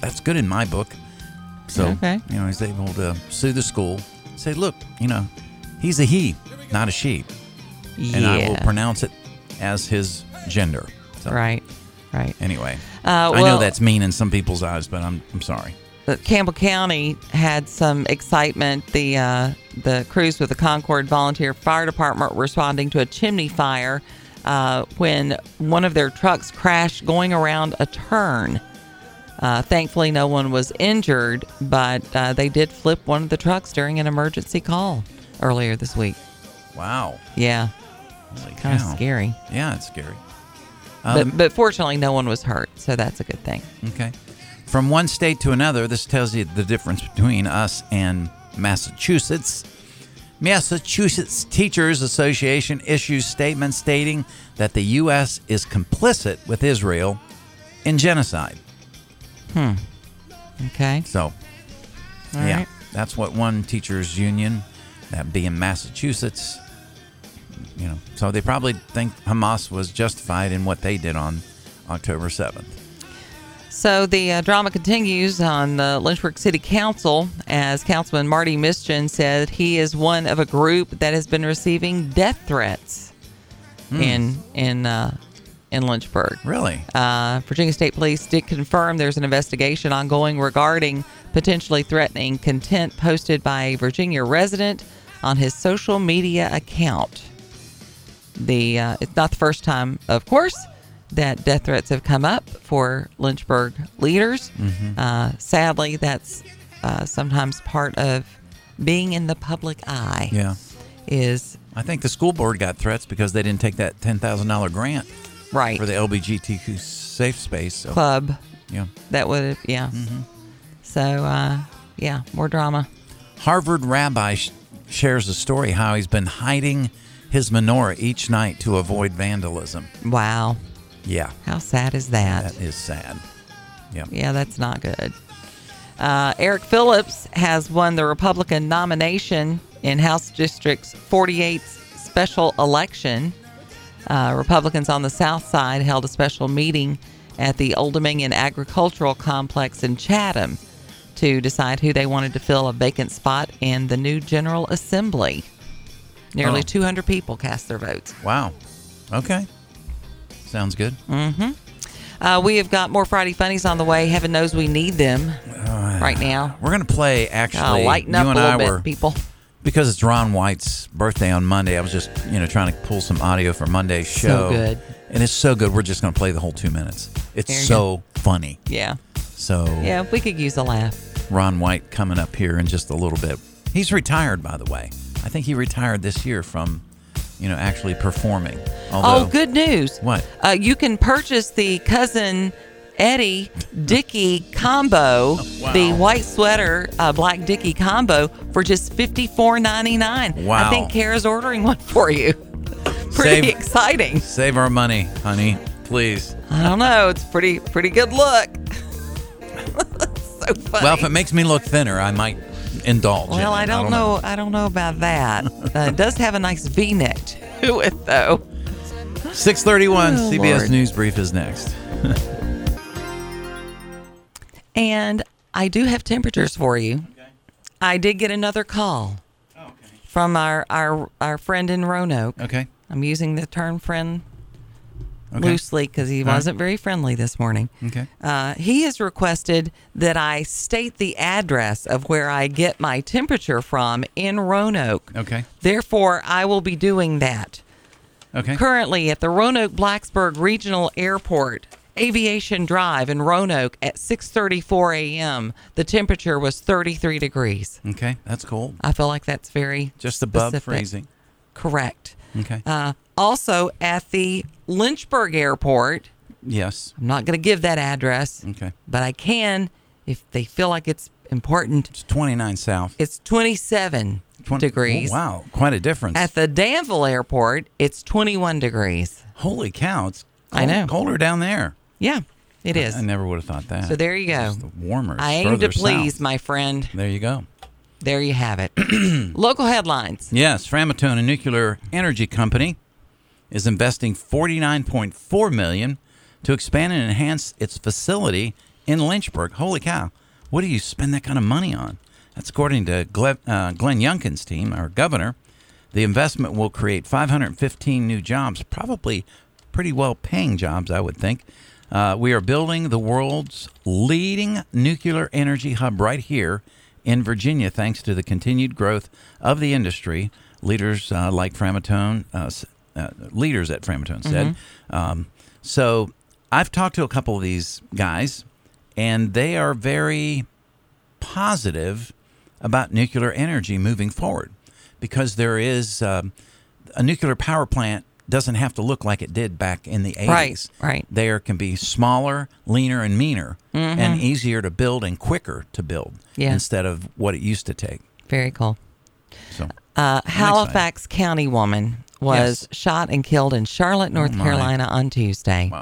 [SPEAKER 3] that's good in my book. So
[SPEAKER 4] Okay.
[SPEAKER 3] you know he's able to sue the school. Say, look, you know, he's a he, not a she, and I will
[SPEAKER 4] Yeah.
[SPEAKER 3] pronounce it as his gender. So,
[SPEAKER 4] Right, right.
[SPEAKER 3] Anyway,
[SPEAKER 4] Uh,
[SPEAKER 3] I know
[SPEAKER 4] well-
[SPEAKER 3] that's mean in some people's eyes, but I'm I'm sorry.
[SPEAKER 4] Uh, Campbell County had some excitement. The uh, the crews with the Concord Volunteer Fire Department were responding to a chimney fire uh, when one of their trucks crashed going around a turn. Uh, thankfully, no one was injured, but uh, they did flip one of the trucks during an emergency call earlier this week.
[SPEAKER 3] Wow.
[SPEAKER 4] Yeah,
[SPEAKER 3] Holy
[SPEAKER 4] kind of
[SPEAKER 3] cow.
[SPEAKER 4] scary.
[SPEAKER 3] Yeah, it's scary. Um,
[SPEAKER 4] But, but fortunately, no one was hurt, so that's a good thing.
[SPEAKER 3] Okay. From one state to another, this tells you the difference between us and Massachusetts. Massachusetts Teachers Association issues statements stating that the U.S. is complicit with Israel in genocide.
[SPEAKER 4] Hmm. Okay.
[SPEAKER 3] So,
[SPEAKER 4] All
[SPEAKER 3] yeah,
[SPEAKER 4] right.
[SPEAKER 3] that's what one teachers' union, that being Massachusetts, you know, so they probably think Hamas was justified in what they did on October 7th.
[SPEAKER 4] So the uh, drama continues on the Lynchburg City Council as Councilman Marty Mischin said he is one of a group that has been receiving death threats
[SPEAKER 17] Hmm.
[SPEAKER 4] in in uh, in Lynchburg.
[SPEAKER 3] Really?
[SPEAKER 4] Uh, Virginia State Police did confirm there's an investigation ongoing regarding potentially threatening content posted by a Virginia resident on his social media account. the uh, it's not the first time, of course, that death threats have come up for Lynchburg leaders.
[SPEAKER 3] Mhm.
[SPEAKER 4] Uh, sadly, that's uh, sometimes part of being in the public eye.
[SPEAKER 3] Yeah.
[SPEAKER 4] Is
[SPEAKER 3] I think the school board got threats because they didn't take that ten thousand dollar grant,
[SPEAKER 4] right,
[SPEAKER 3] for the LBGTQ safe space so-
[SPEAKER 4] club.
[SPEAKER 3] Yeah.
[SPEAKER 4] That would yeah. So uh, yeah, more drama.
[SPEAKER 3] Harvard rabbi sh- shares a story how he's been hiding his menorah each night to avoid vandalism.
[SPEAKER 4] Wow.
[SPEAKER 3] Yeah.
[SPEAKER 4] How sad is that?
[SPEAKER 3] That is sad. Yeah.
[SPEAKER 4] Yeah, that's not good. Uh, Eric Phillips has won the Republican nomination in House District's 48th special election. Uh, Republicans on the South Side held a special meeting at the Old Dominion Agricultural Complex in Chatham to decide who they wanted to fill a vacant spot in the new General Assembly. Nearly
[SPEAKER 3] Oh.
[SPEAKER 4] 200 people cast their votes.
[SPEAKER 3] Wow. Okay. Sounds good.
[SPEAKER 4] Mm-hmm. Uh, we have got more Friday Funnies on the way. Heaven knows we need them right now.
[SPEAKER 3] We're gonna play actually.
[SPEAKER 4] Uh, lighten up
[SPEAKER 3] you
[SPEAKER 4] a
[SPEAKER 3] and
[SPEAKER 4] little
[SPEAKER 3] I
[SPEAKER 4] bit,
[SPEAKER 3] were
[SPEAKER 4] people.
[SPEAKER 3] because it's Ron White's birthday on Monday. I was just you know trying to pull some audio for Monday's
[SPEAKER 4] So
[SPEAKER 3] show.
[SPEAKER 4] good.
[SPEAKER 3] and it's so good. We're just gonna play the whole two minutes.
[SPEAKER 4] There
[SPEAKER 3] It's
[SPEAKER 4] you
[SPEAKER 3] so funny.
[SPEAKER 4] Yeah.
[SPEAKER 3] So
[SPEAKER 4] Yeah, we could use a laugh.
[SPEAKER 3] Ron White coming up here in just a little bit. He's retired, by the way. I think he retired this year from you know actually performing. Although,
[SPEAKER 4] oh, good news.
[SPEAKER 3] What?
[SPEAKER 4] Uh, you can purchase the cousin Eddie Dicky combo, the white sweater uh, black Dicky combo for just fifty four ninety nine.
[SPEAKER 3] Wow.
[SPEAKER 4] I think Kara's ordering one for you. Pretty
[SPEAKER 3] Save-
[SPEAKER 4] exciting.
[SPEAKER 3] Save our money, honey, please.
[SPEAKER 4] I don't know. It's pretty pretty good look. so funny.
[SPEAKER 3] Well, if it makes me look thinner, I might indulge. in
[SPEAKER 4] Well,
[SPEAKER 3] it.
[SPEAKER 4] I don't, know. I don't know about that. uh, it does have a nice V-neck to it, though.
[SPEAKER 3] 631
[SPEAKER 4] Oh,
[SPEAKER 3] CBS
[SPEAKER 4] Lord.
[SPEAKER 3] News Brief is next.
[SPEAKER 4] And I do have temperatures for you. I did get another call from our, our our friend in Roanoke.
[SPEAKER 3] Oh, Okay.
[SPEAKER 4] I'm using the term friend
[SPEAKER 3] Okay.
[SPEAKER 4] loosely because he
[SPEAKER 3] All right.
[SPEAKER 4] wasn't very friendly this morning.
[SPEAKER 3] Okay.
[SPEAKER 4] Uh, he has requested that I state the address of where I get my temperature from in Roanoke.
[SPEAKER 3] Okay.
[SPEAKER 4] Therefore, I will be doing that.
[SPEAKER 3] Okay.
[SPEAKER 4] Currently at the Roanoke Blacksburg Regional Airport, Aviation Drive in Roanoke at 6:34 a.m. The temperature was 33 degrees.
[SPEAKER 3] Okay. That's cold.
[SPEAKER 4] I feel like that's very
[SPEAKER 3] Just above
[SPEAKER 4] specific.
[SPEAKER 3] freezing.
[SPEAKER 4] Correct.
[SPEAKER 3] Okay.
[SPEAKER 4] Uh, also at the Lynchburg Airport,
[SPEAKER 3] yes.
[SPEAKER 4] I'm not going to give that address,
[SPEAKER 3] Okay.
[SPEAKER 4] but I can if they feel like it's important.
[SPEAKER 3] It's 29 south.
[SPEAKER 4] It's 27
[SPEAKER 3] Twen-
[SPEAKER 4] degrees.
[SPEAKER 3] Oh, wow. Quite a difference.
[SPEAKER 4] At the Danville Airport, it's 21 degrees.
[SPEAKER 3] Holy cow. It's
[SPEAKER 4] I know.
[SPEAKER 3] cold- colder down there.
[SPEAKER 4] Yeah, it is.
[SPEAKER 3] I, I never would have thought that.
[SPEAKER 4] So there you go.
[SPEAKER 3] It's warmer. It's
[SPEAKER 4] I aim to
[SPEAKER 3] further
[SPEAKER 4] please,
[SPEAKER 3] south.
[SPEAKER 4] my friend.
[SPEAKER 3] There you go.
[SPEAKER 4] There you have it. Local headlines.
[SPEAKER 3] Yes, Framatone, a nuclear energy company, is investing 49.4 million to expand and enhance its facility in Lynchburg. Holy cow! What do you spend that kind of money on? That's according to Gle- uh, Glenn Youngkin's team, our governor. The investment will create 515 new jobs, probably pretty well-paying jobs, I would think. Uh, we are building the world's leading nuclear energy hub right here in Virginia, thanks to the continued growth of the industry. Leaders uh, like Framatone, uh, s- uh, leaders at Framatone said. Um, so I've talked to a couple of these guys, and they are very positive about nuclear energy moving forward because there is um, a nuclear power plant doesn't have to look like it did back in the 80s.
[SPEAKER 4] Right, right.
[SPEAKER 3] There can be smaller, leaner, and meaner,
[SPEAKER 4] Mhm.
[SPEAKER 3] and easier to build and quicker to build
[SPEAKER 4] Yeah.
[SPEAKER 3] instead of what it used to take.
[SPEAKER 4] Very cool.
[SPEAKER 3] So,
[SPEAKER 4] Uh,
[SPEAKER 3] excited.
[SPEAKER 4] Halifax County woman was shot and killed in Charlotte, North
[SPEAKER 3] Oh my.
[SPEAKER 4] Carolina on Tuesday.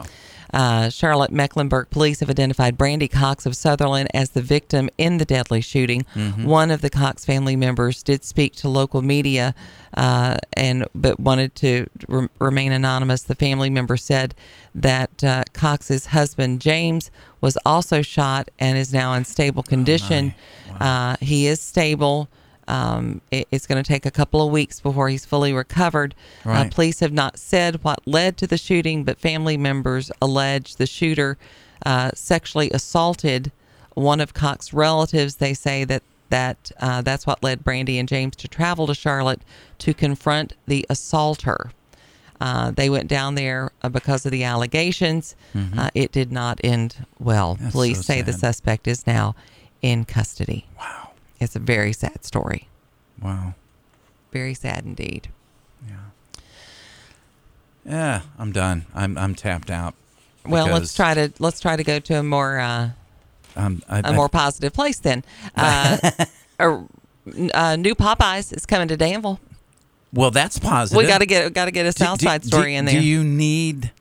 [SPEAKER 4] Uh, Charlotte Mecklenburg police have identified Brandy Cox of Sutherland as the victim in the deadly shooting.
[SPEAKER 17] Mhm.
[SPEAKER 4] One of the Cox family members did speak to local media, uh, and but wanted to re- remain anonymous. The family member said that uh, Cox's husband James was also shot and is now in stable condition. uh, he is stable. Um, it- it's going to take a couple of weeks before he's fully recovered. Uh,
[SPEAKER 3] Right.
[SPEAKER 4] police have not said what led to the shooting, but family members allege the shooter uh, sexually assaulted one of Cox's relatives. They say that that uh, that's what led Brandy and James to travel to Charlotte to confront the assaulter. Uh, they went down there uh, because of the allegations. Uh, it did not end well.
[SPEAKER 3] Mm-hmm. That's
[SPEAKER 4] Police
[SPEAKER 3] so
[SPEAKER 4] say the
[SPEAKER 3] sad.
[SPEAKER 4] suspect is now in custody. Wow. It's a very sad story.
[SPEAKER 3] Wow.
[SPEAKER 4] Very sad indeed.
[SPEAKER 3] Yeah, I'm done. I'm I'm tapped out.
[SPEAKER 4] Well, let's
[SPEAKER 3] because
[SPEAKER 4] try to let's try to go to a more uh,
[SPEAKER 3] I'm- I-
[SPEAKER 4] a
[SPEAKER 3] I-
[SPEAKER 4] more positive place then. Uh, a, a new Popeyes is coming to Danville.
[SPEAKER 3] Well, that's positive.
[SPEAKER 4] We got to get got to get a
[SPEAKER 3] Do-
[SPEAKER 4] South
[SPEAKER 3] do-
[SPEAKER 4] Side
[SPEAKER 3] do-
[SPEAKER 4] story in there.
[SPEAKER 3] Do you need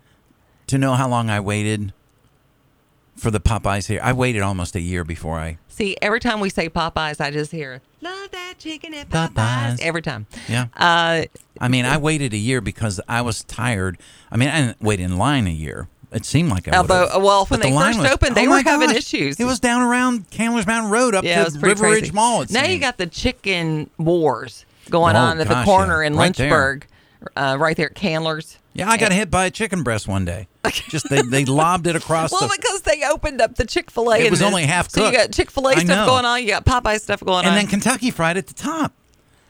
[SPEAKER 3] to know how long I waited for the Popeyes here? I waited almost a year before I
[SPEAKER 4] See, every time we say Popeyes, I just hear love that chicken at Popeyes every time.
[SPEAKER 3] Yeah.
[SPEAKER 4] Uh,
[SPEAKER 3] I mean, I waited a year because I was tired. I mean, I didn't wait in line a year. It seemed like I
[SPEAKER 4] Although,
[SPEAKER 3] would've.
[SPEAKER 4] Oh, uh, well,
[SPEAKER 3] But
[SPEAKER 4] when
[SPEAKER 3] the
[SPEAKER 4] they
[SPEAKER 3] line
[SPEAKER 4] first
[SPEAKER 3] was-
[SPEAKER 4] opened, they
[SPEAKER 3] oh
[SPEAKER 4] were
[SPEAKER 3] my
[SPEAKER 4] having
[SPEAKER 3] gosh.
[SPEAKER 4] issues.
[SPEAKER 3] It was down around Cambler's Mountain Road up
[SPEAKER 4] yeah, it
[SPEAKER 3] to
[SPEAKER 4] was pretty
[SPEAKER 3] River Ridge
[SPEAKER 4] crazy.
[SPEAKER 3] Mall. It
[SPEAKER 4] Now you
[SPEAKER 3] seemed.
[SPEAKER 4] got the chicken wars going
[SPEAKER 3] Oh,
[SPEAKER 4] on at
[SPEAKER 3] gosh,
[SPEAKER 4] the corner
[SPEAKER 3] yeah.
[SPEAKER 4] in
[SPEAKER 3] Right there.
[SPEAKER 4] Lynchburg, uh, right there at Candler's.
[SPEAKER 3] yeah, I got hit by a chicken breast one day. Just they, they lobbed it across
[SPEAKER 4] Well,
[SPEAKER 3] the
[SPEAKER 4] because they opened up the Chick Fil A,
[SPEAKER 3] It was only half
[SPEAKER 4] So you
[SPEAKER 3] cooked.
[SPEAKER 4] got Chick Fil A
[SPEAKER 3] I
[SPEAKER 4] stuff
[SPEAKER 3] know.
[SPEAKER 4] going on. You got Popeye stuff going on.
[SPEAKER 3] and then Kentucky Fried at the top.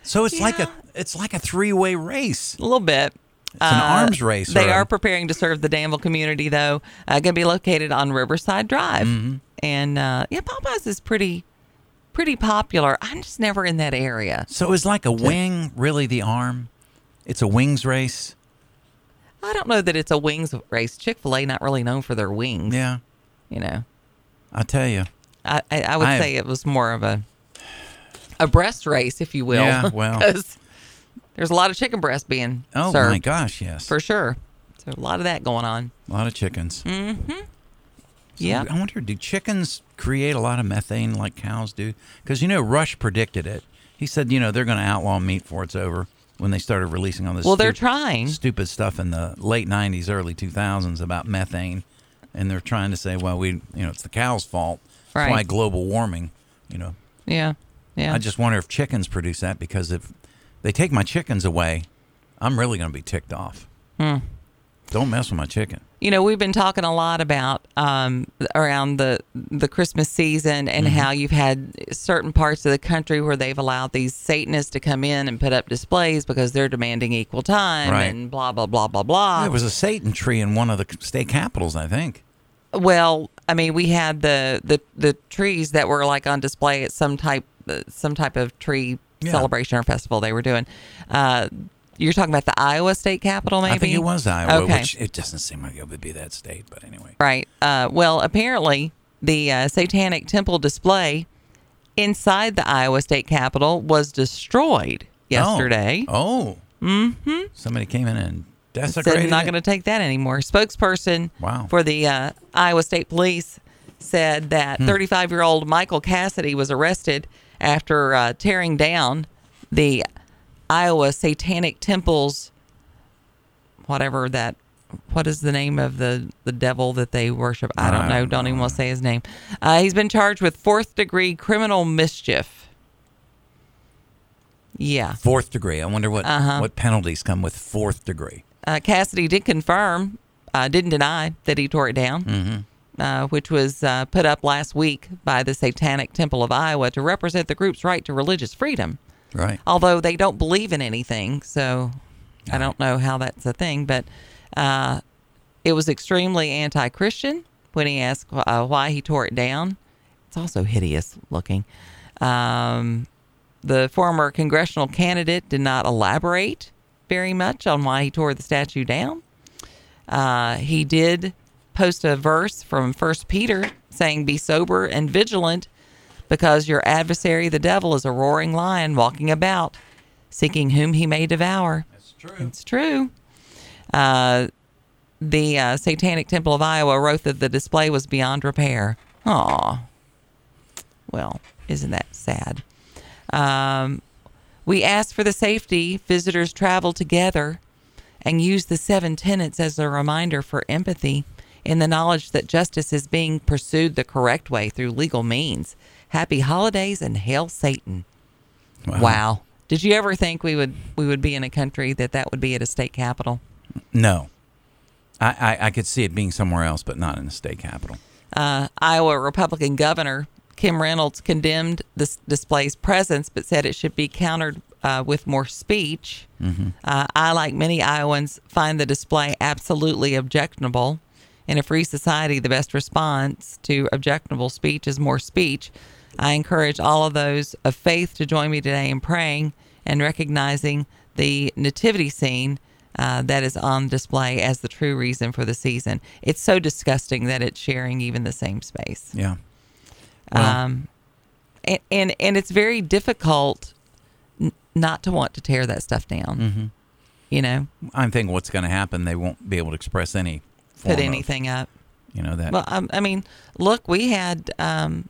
[SPEAKER 3] So it's like a it's like a three way race.
[SPEAKER 4] A little bit.
[SPEAKER 3] It's an arms race.
[SPEAKER 4] Uh, They
[SPEAKER 3] or a-
[SPEAKER 4] are preparing to serve the Danville community, though. Uh, Going to be located on Riverside Drive,
[SPEAKER 3] Mm-hmm.
[SPEAKER 4] and uh, yeah, Popeyes is pretty, pretty popular. I'm just never in that area.
[SPEAKER 3] so is like a wing really the arm? It's a wings race.
[SPEAKER 4] I don't know that it's a wings race. Chick Fil A not really known for their wings.
[SPEAKER 3] Yeah.
[SPEAKER 4] you know,
[SPEAKER 3] I tell you.
[SPEAKER 4] I I, I would
[SPEAKER 3] I-
[SPEAKER 4] say it was more of a a breast race, if you will.
[SPEAKER 3] Yeah, well.
[SPEAKER 4] 'Cause there's a lot of chicken breast being
[SPEAKER 3] Oh
[SPEAKER 4] served.
[SPEAKER 3] my gosh, yes.
[SPEAKER 4] for sure. So a lot of that going on.
[SPEAKER 3] A lot of chickens.
[SPEAKER 4] Mm-hmm.
[SPEAKER 3] So
[SPEAKER 4] Yeah.
[SPEAKER 3] I wonder, do chickens create a lot of methane like cows do? Because, you know, Rush predicted it. He said, you know, they're going to outlaw meat before it's over when they started releasing all this
[SPEAKER 4] Well, they're
[SPEAKER 3] stu-
[SPEAKER 4] trying.
[SPEAKER 3] stupid stuff in the late 90s, early 2000s about methane. And they're trying to say, well, we, you know, it's the cow's fault. That's why
[SPEAKER 4] Right.
[SPEAKER 3] global warming, you know.
[SPEAKER 4] Yeah. Yeah.
[SPEAKER 3] I just wonder if chickens produce that because if they take my chickens away, I'm really going to be ticked off.
[SPEAKER 4] Hmm.
[SPEAKER 3] Don't mess with my chicken.
[SPEAKER 4] You know, we've been talking a lot about um, around the the Christmas season and
[SPEAKER 3] Mm-hmm.
[SPEAKER 4] how you've had certain parts of the country where they've allowed these Satanists to come in and put up displays because they're demanding equal time
[SPEAKER 3] Right.
[SPEAKER 4] and blah blah blah blah blah.
[SPEAKER 3] there was a Satan tree in one of the state capitals, I think.
[SPEAKER 4] Well, I mean, we had the the the trees that were like on display at some type uh, some type of tree
[SPEAKER 3] Yeah.
[SPEAKER 4] celebration or festival they were doing. Uh, you're talking about the Iowa State Capitol, maybe?
[SPEAKER 3] I think it was Iowa,
[SPEAKER 4] Okay.
[SPEAKER 3] which it doesn't seem like it would be that state, but anyway. Oh.
[SPEAKER 4] Right. Uh, well, apparently, the uh, Satanic Temple display inside the Iowa State Capitol was destroyed yesterday.
[SPEAKER 3] Oh.
[SPEAKER 4] Mm-hmm.
[SPEAKER 3] Somebody came in and
[SPEAKER 4] Said
[SPEAKER 3] desecrated
[SPEAKER 4] not
[SPEAKER 3] it?
[SPEAKER 4] going to take that anymore. Spokesperson
[SPEAKER 3] Wow.
[SPEAKER 4] for the uh, Iowa State Police said that
[SPEAKER 3] Hmm.
[SPEAKER 4] 35 year old Michael Cassidy was arrested after uh, tearing down the Iowa Satanic Temple's whatever that what is the name of the the devil that they worship? I don't know. Don't even want to say his name. Uh, he's been charged with fourth degree criminal mischief. Yeah.
[SPEAKER 3] Fourth degree. I wonder what
[SPEAKER 4] Uh-huh.
[SPEAKER 3] what penalties come with fourth degree.
[SPEAKER 4] Uh, Cassidy did confirm, uh, didn't deny that he tore it down, uh, which was uh, put up last week by the Satanic Temple of Iowa to represent the group's right to religious freedom.
[SPEAKER 3] Right.
[SPEAKER 4] Although they don't believe in anything, so I don't know how that's a thing, but uh, it was extremely anti Christian when he asked uh, why he tore it down. It's also hideous looking. Um, the former congressional candidate did not elaborate very much on why he tore the statue down. Uh, he did post a verse from First Peter saying, "Be sober and vigilant, because your adversary, the devil, is a roaring lion walking about, seeking whom he may devour." That's true. It's true. Uh, the uh, Satanic Temple of Iowa wrote that the display was beyond repair. Aw. Well, isn't that sad? Um, we ask for the safety visitors travel together and use the seven tenets as a reminder for empathy in the knowledge that justice is being pursued the correct way through legal means. Happy holidays and hail Satan. Wow. Did you ever think we would we would be in a country that that would be at a state capital?
[SPEAKER 3] No. I, I, I could see it being somewhere else, but not in the state capital.
[SPEAKER 4] Uh, Iowa Republican Governor Kim Reynolds condemned this display's presence, but said it should be countered uh, with more speech. Uh, I, like many Iowans, find the display absolutely objectionable. In a free society, the best response to objectionable speech is more speech. I encourage all of those of faith to join me today in praying and recognizing the nativity scene uh, that is on display as the true reason for the season. It's so disgusting that it's sharing even the same space.
[SPEAKER 3] Yeah.
[SPEAKER 4] Um, and, and and it's very difficult n- not to want to tear that stuff down.
[SPEAKER 3] Mhm.
[SPEAKER 4] You know,
[SPEAKER 3] I'm thinking what's going to happen. They won't be able to express any. form
[SPEAKER 4] put
[SPEAKER 3] of,
[SPEAKER 4] anything up.
[SPEAKER 3] you know that.
[SPEAKER 4] Well, um, I mean, look, we had um,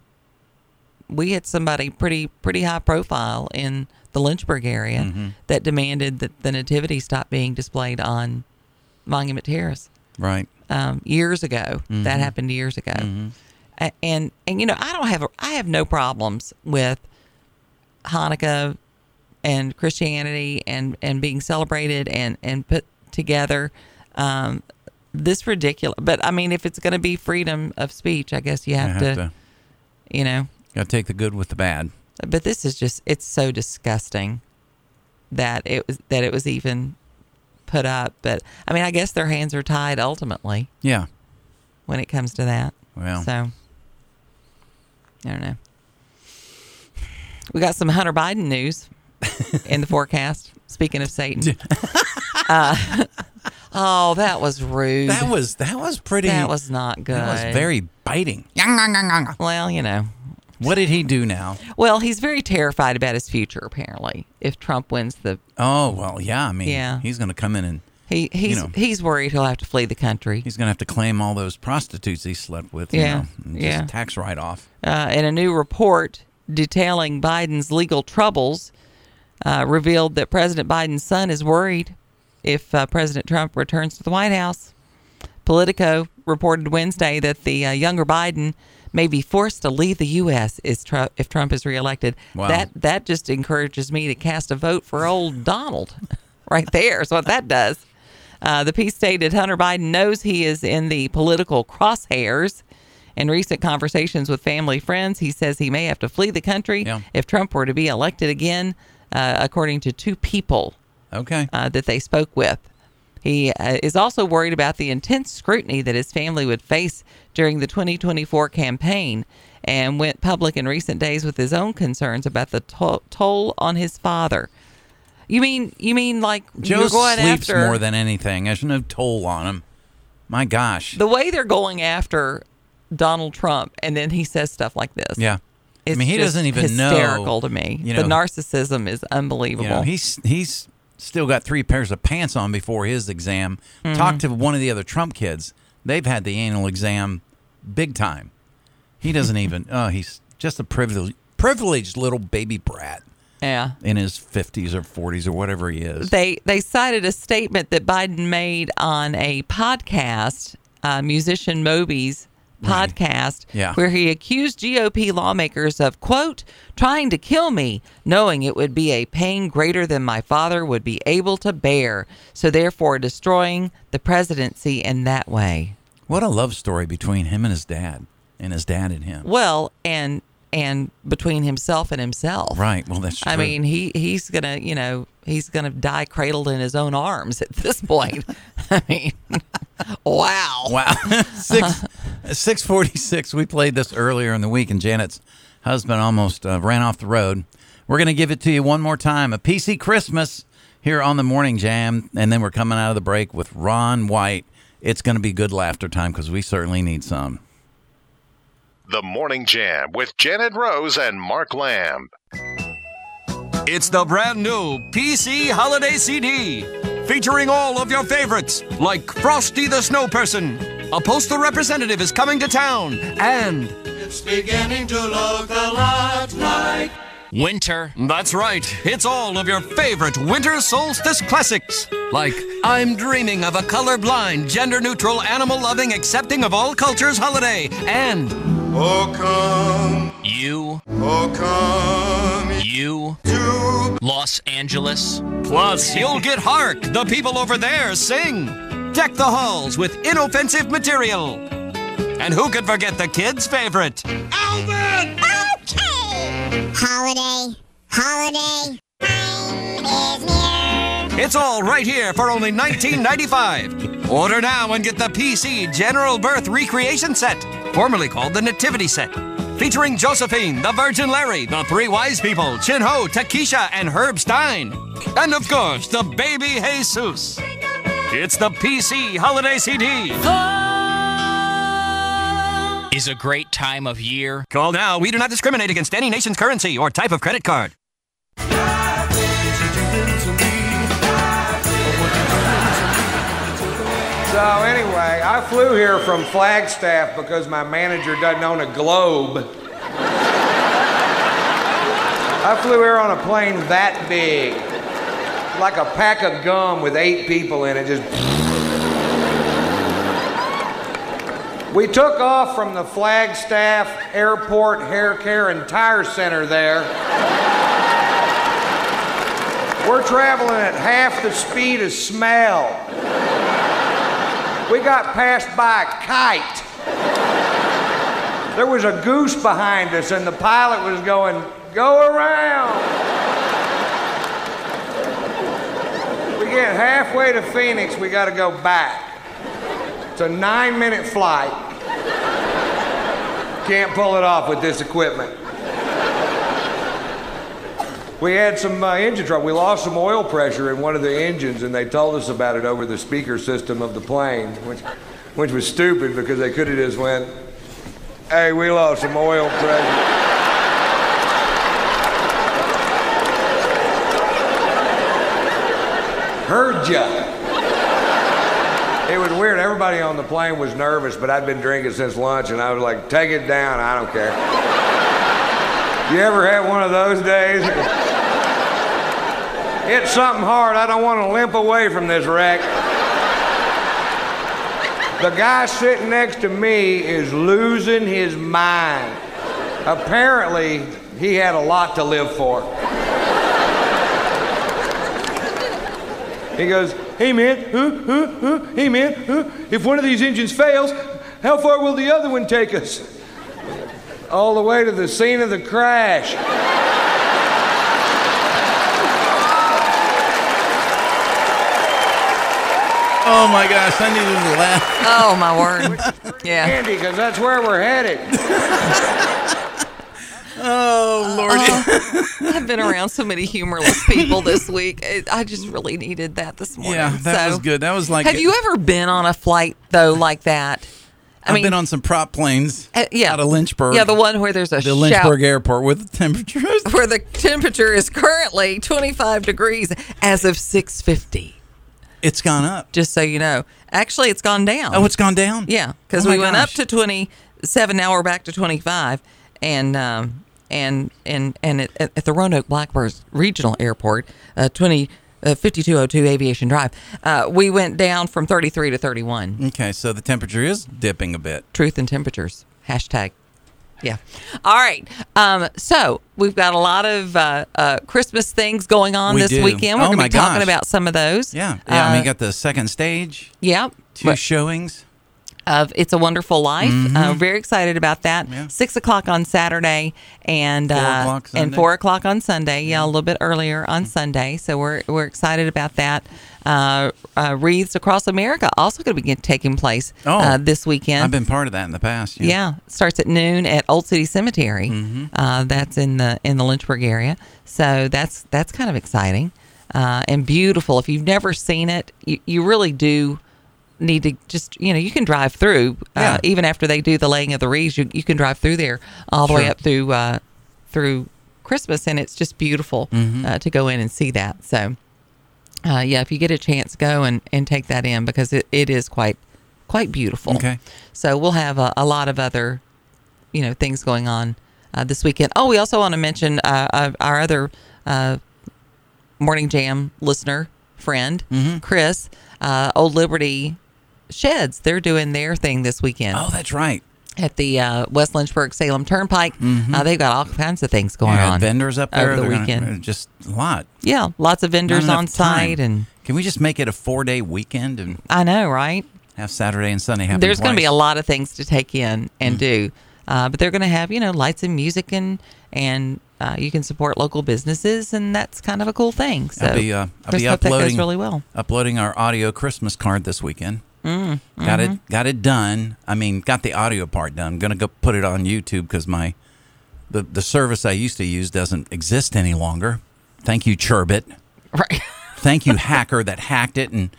[SPEAKER 4] we had somebody pretty pretty high profile in the Lynchburg area
[SPEAKER 3] Mhm.
[SPEAKER 4] that demanded that the nativity stop being displayed on Monument Terrace.
[SPEAKER 3] right.
[SPEAKER 4] um, years ago. That
[SPEAKER 3] Mhm.
[SPEAKER 4] happened years ago. A- And and you know I don't have a, I have no problems with Hanukkah and Christianity and and being celebrated and and put together. Um, this ridiculous, but I mean, if it's going to be freedom of speech, I guess you have,
[SPEAKER 3] have
[SPEAKER 4] to,
[SPEAKER 3] to.
[SPEAKER 4] you know.
[SPEAKER 3] Got to take the good with the bad.
[SPEAKER 4] But this is just—it's so disgusting that it was that it was even put up. But I mean, I guess their hands are tied ultimately
[SPEAKER 3] Yeah.
[SPEAKER 4] when it comes to that.
[SPEAKER 3] Well.
[SPEAKER 4] so I don't know. We got some Hunter Biden news in the forecast. Speaking of Satan, uh, oh, that was rude.
[SPEAKER 3] That was that was pretty.
[SPEAKER 4] That was not good.
[SPEAKER 3] That was very biting.
[SPEAKER 4] Well, you know.
[SPEAKER 3] What did he do now?
[SPEAKER 4] Well, he's very terrified about his future. Apparently, if Trump wins the,
[SPEAKER 3] Oh well, yeah. I mean,
[SPEAKER 4] Yeah.
[SPEAKER 3] he's going to come in and
[SPEAKER 4] he he's
[SPEAKER 3] know.
[SPEAKER 4] he's worried he'll have to flee the country.
[SPEAKER 3] he's going to have to claim all those prostitutes he slept with.
[SPEAKER 4] Yeah.
[SPEAKER 3] You know, and just
[SPEAKER 4] Yeah.
[SPEAKER 3] Tax write off.
[SPEAKER 4] uh, in a new report detailing Biden's legal troubles, uh, revealed that President Biden's son is worried if uh, President Trump returns to the White House. Politico reported Wednesday that the uh, younger Biden may be forced to leave the U.S. Is Tru- if Trump is reelected.
[SPEAKER 3] Wow.
[SPEAKER 4] That that just encourages me to cast a vote for old Donald, right there is what that does. Uh, the piece stated Hunter Biden knows he is in the political crosshairs. In recent conversations with family friends, he says he may have to flee the country if Trump were to be elected again, uh, according to two people
[SPEAKER 3] Okay.
[SPEAKER 4] uh, that they spoke with. He uh, is also worried about the intense scrutiny that his family would face during the 2024 campaign and went public in recent days with his own concerns about the to- toll on his father. You mean you mean like
[SPEAKER 3] Joe
[SPEAKER 4] you're going
[SPEAKER 3] sleeps
[SPEAKER 4] after
[SPEAKER 3] more than anything. There's no toll on him. My gosh.
[SPEAKER 4] the way they're going after Donald Trump and then he says stuff like this.
[SPEAKER 3] Yeah. I
[SPEAKER 4] It's
[SPEAKER 3] mean, he
[SPEAKER 4] just
[SPEAKER 3] doesn't even know.
[SPEAKER 4] hysterical to me.
[SPEAKER 3] You
[SPEAKER 4] the
[SPEAKER 3] know.
[SPEAKER 4] narcissism is unbelievable.
[SPEAKER 3] You know, he's he's still got three pairs of pants on before his exam.
[SPEAKER 4] Mhm.
[SPEAKER 3] Talk to one of the other Trump kids. They've had the annual exam big time. He doesn't even. Oh, he's just a privileged privileged little baby brat
[SPEAKER 4] yeah.
[SPEAKER 3] in his fifties or forties or whatever he is.
[SPEAKER 4] They they cited a statement that Biden made on a podcast, uh, musician Moby's podcast,
[SPEAKER 3] Yeah.
[SPEAKER 4] where he accused GOP lawmakers of quote trying to kill me, knowing it would be a pain greater than my father would be able to bear, so therefore destroying the presidency in that way.
[SPEAKER 3] What a love story between him and his dad, and his dad and him.
[SPEAKER 4] Well, and and between himself and himself.
[SPEAKER 3] Right. Well, that's. True.
[SPEAKER 4] I mean, he he's gonna you know he's gonna die cradled in his own arms at this point. I mean, wow,
[SPEAKER 3] Wow. Six six forty six. We played this earlier in the week, and Janet's husband almost uh, ran off the road. We're gonna give it to you one more time. A PC Christmas here on the morning jam, and then we're coming out of the break with Ron White. It's gonna be good laughter time because we certainly need some.
[SPEAKER 5] The Morning Jam with Janet Rose and Mark Lamb.
[SPEAKER 17] It's the brand new PC Holiday CD featuring all of your favorites, like Frosty the Snow Person. A postal representative is coming to town, and
[SPEAKER 2] It's beginning to look a lot like
[SPEAKER 17] Winter. That's right. It's all of your favorite winter solstice classics. Like I'm Dreaming of a Colorblind, Gender Neutral, Animal Loving, Accepting of All Cultures Holiday. And Oh come you. Oh come you to Los Angeles. Plus, you'll get Hark, the people over there sing. Deck the halls with inoffensive material. And who could forget the kids' favorite?
[SPEAKER 2] Alvin! Okay! Holiday, holiday, I'm
[SPEAKER 17] It's all right here for only $19.95. Order now and get the PC General Birth Recreation Set, formerly called the Nativity Set. Featuring Josephine, the Virgin Larry, the Three Wise People, Chin Ho, Takesha, and Herb Stein. And of course, the Baby Jesus. It's the PC Holiday CD.
[SPEAKER 18] Is a great time of year.
[SPEAKER 17] Call now. We do not discriminate against any nation's currency or type of credit card.
[SPEAKER 19] So anyway, I flew here from Flagstaff because my manager doesn't own a globe. I flew here on a plane that big, like a pack of gum with eight people in it. Just. We took off from the Flagstaff Airport Hair Care and Tire Center there. We're traveling at half the speed of smell. We got passed by a kite. There was a goose behind us, and the pilot was going, Go around. We get halfway to Phoenix, we got to go back. It's a nine minute flight. Can't pull it off with this equipment. We had some uh, engine trouble. We lost some oil pressure in one of the engines, and they told us about it over the speaker system of the plane, which, which was stupid because they could have just went, "Hey, we lost some oil pressure." Heard ya. It was weird. Everybody on the plane was nervous, but I'd been drinking since lunch, and I was like, "Take it down. I don't care." you ever had one of those days? It's something hard. I don't want to limp away from this wreck. The guy sitting next to me is losing his mind. Apparently, he had a lot to live for. He goes, Hey man, huh, huh, huh, hey man, huh, if one of these engines fails, how far will the other one take us? All the way to the scene of the crash.
[SPEAKER 3] Oh my gosh, I needed to laugh.
[SPEAKER 4] Oh my word. Yeah.
[SPEAKER 19] Andy, because that's where we're headed.
[SPEAKER 3] Oh Lord.
[SPEAKER 4] I've been around so many humorless people this week. It, I just really needed that this morning.
[SPEAKER 3] Yeah, that
[SPEAKER 4] so.
[SPEAKER 3] was good. That was like
[SPEAKER 4] Have you ever been on a flight though like that?
[SPEAKER 3] I've been on some prop planes
[SPEAKER 4] Uh, yeah.
[SPEAKER 3] out of Lynchburg.
[SPEAKER 4] Yeah, the one where there's a
[SPEAKER 3] the
[SPEAKER 4] shout-
[SPEAKER 3] Lynchburg airport where the temperature is
[SPEAKER 4] where the temperature is currently 25 degrees as of 6:50.
[SPEAKER 3] It's gone up.
[SPEAKER 4] Just so you know. Actually, it's gone down.
[SPEAKER 3] Oh, it's gone down.
[SPEAKER 4] Yeah, because
[SPEAKER 3] Oh, my
[SPEAKER 4] we went up
[SPEAKER 3] gosh.
[SPEAKER 4] to 27, now we're back to 25, and um, and and and at, at the Roanoke Blackbird Regional Airport, uh, 20. Uh, 5202 Aviation Drive. Uh, we went down from 33 to 31.
[SPEAKER 3] Okay, so the temperature is dipping a bit.
[SPEAKER 4] Truth in temperatures. Hashtag. Yeah. All right. Um, so we've got a lot of uh, uh, Christmas things going on
[SPEAKER 3] We
[SPEAKER 4] this
[SPEAKER 3] do.
[SPEAKER 4] weekend. We're
[SPEAKER 3] Oh,
[SPEAKER 4] going to
[SPEAKER 3] my
[SPEAKER 4] be talking
[SPEAKER 3] gosh.
[SPEAKER 4] about some of those.
[SPEAKER 3] Yeah. Yeah, I mean,
[SPEAKER 4] Uh,
[SPEAKER 3] you got the second stage,
[SPEAKER 4] yeah.
[SPEAKER 3] two showings.
[SPEAKER 4] of It's a Wonderful Life.
[SPEAKER 3] Mm-hmm.
[SPEAKER 4] Uh, very excited about that. Six o'clock on Saturday and uh,
[SPEAKER 3] o'clock
[SPEAKER 4] and
[SPEAKER 3] Sunday.
[SPEAKER 4] four o'clock on Sunday. Yeah, a little bit earlier on Sunday. So we're we're excited about that. Uh, uh, Wreaths Across America also going to be taking place uh, this weekend.
[SPEAKER 3] Oh. I've been part of that in the past.
[SPEAKER 4] Yeah. it starts at noon at Old City Cemetery.
[SPEAKER 3] Mm-hmm.
[SPEAKER 4] Uh, that's in the in the Lynchburg area. So that's that's kind of exciting uh, and beautiful. If you've never seen it, you, you really do need to just you know you can drive through
[SPEAKER 3] Yeah.
[SPEAKER 4] uh, even after they do the laying of the wreaths. You, you can drive through there all the way
[SPEAKER 3] Sure.
[SPEAKER 4] up through uh, through Christmas, and it's just beautiful
[SPEAKER 3] Mm-hmm.
[SPEAKER 4] uh, to go in and see that. So. Uh, yeah, if you get a chance, go and, and take that in because it, it is quite quite beautiful.
[SPEAKER 3] Okay.
[SPEAKER 4] So we'll have a, a lot of other, you know, things going on uh, this weekend. Oh, we also want to mention uh, uh, our other uh, morning jam listener friend,
[SPEAKER 3] Mm-hmm.
[SPEAKER 4] Chris, uh, Old Liberty Sheds. They're doing their thing this weekend
[SPEAKER 3] Oh, that's right.
[SPEAKER 4] at the uh, West Lynchburg Salem Turnpike. Uh, they've got all kinds of things going
[SPEAKER 3] Yeah,
[SPEAKER 4] on.
[SPEAKER 3] Mm-hmm. vendors up there
[SPEAKER 4] over the
[SPEAKER 3] they're gonna-
[SPEAKER 4] weekend.
[SPEAKER 3] uh, just a lot.
[SPEAKER 4] yeah, lots of vendors
[SPEAKER 3] Not enough
[SPEAKER 4] on site,
[SPEAKER 3] time.
[SPEAKER 4] and
[SPEAKER 3] can we just make it a four day weekend and
[SPEAKER 4] I know, right?
[SPEAKER 3] have Saturday and Sunday happen?
[SPEAKER 4] There's going to be
[SPEAKER 3] twice?
[SPEAKER 4] a lot
[SPEAKER 3] Mm.
[SPEAKER 4] of things to take in and do, uh, but they're going to have you know lights and music and and uh, you can support local businesses, and that's kind of a cool thing. So
[SPEAKER 3] I'll be, uh, I'll
[SPEAKER 4] just
[SPEAKER 3] be
[SPEAKER 4] hope
[SPEAKER 3] uploading
[SPEAKER 4] that goes really well.
[SPEAKER 3] Uploading our audio Christmas card this weekend.
[SPEAKER 4] Mm,
[SPEAKER 3] Got
[SPEAKER 4] mhm.
[SPEAKER 3] it. Got it done. I mean, got the audio part done. I'm gonna go put it on YouTube because my the the service I used to use doesn't exist any longer. Thank you, Cherbit.
[SPEAKER 4] Right.
[SPEAKER 3] Thank you, hacker that hacked it. And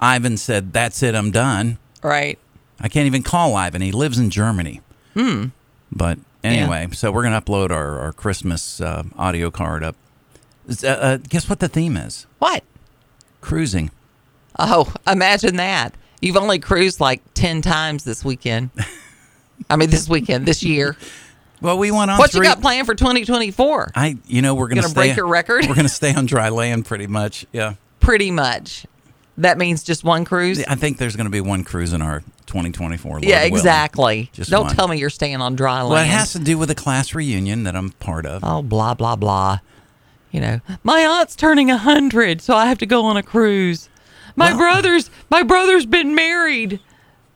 [SPEAKER 3] Ivan said, "That's it. I'm done."
[SPEAKER 4] Right.
[SPEAKER 3] I can't even call Ivan. He lives in Germany.
[SPEAKER 4] Hmm.
[SPEAKER 3] But anyway, so we're gonna upload our our Christmas uh, audio card up. Uh, uh, guess what the theme is?
[SPEAKER 4] What?
[SPEAKER 3] Cruising.
[SPEAKER 4] Oh, imagine that. You've only cruised like 10 times this weekend. I mean, this weekend, this year.
[SPEAKER 3] Well, we went on
[SPEAKER 4] What
[SPEAKER 3] three-
[SPEAKER 4] you got planned for 2024?
[SPEAKER 3] I, you know, we're gonna,
[SPEAKER 4] Gonna
[SPEAKER 3] stay-
[SPEAKER 4] break your record?
[SPEAKER 3] We're gonna stay on dry land, pretty much. Yeah,
[SPEAKER 4] Pretty much. That means just one cruise?
[SPEAKER 3] I think there's gonna be one cruise in our 2024. Lord
[SPEAKER 4] Yeah,
[SPEAKER 3] willing.
[SPEAKER 4] exactly.
[SPEAKER 3] Just
[SPEAKER 4] Don't
[SPEAKER 3] one.
[SPEAKER 4] tell me you're staying on dry land.
[SPEAKER 3] Well, it has to do with a class reunion that I'm part of.
[SPEAKER 4] Oh, blah blah blah. You know, my aunt's turning 100, so I have to go on a cruise. My brother's my brother's been married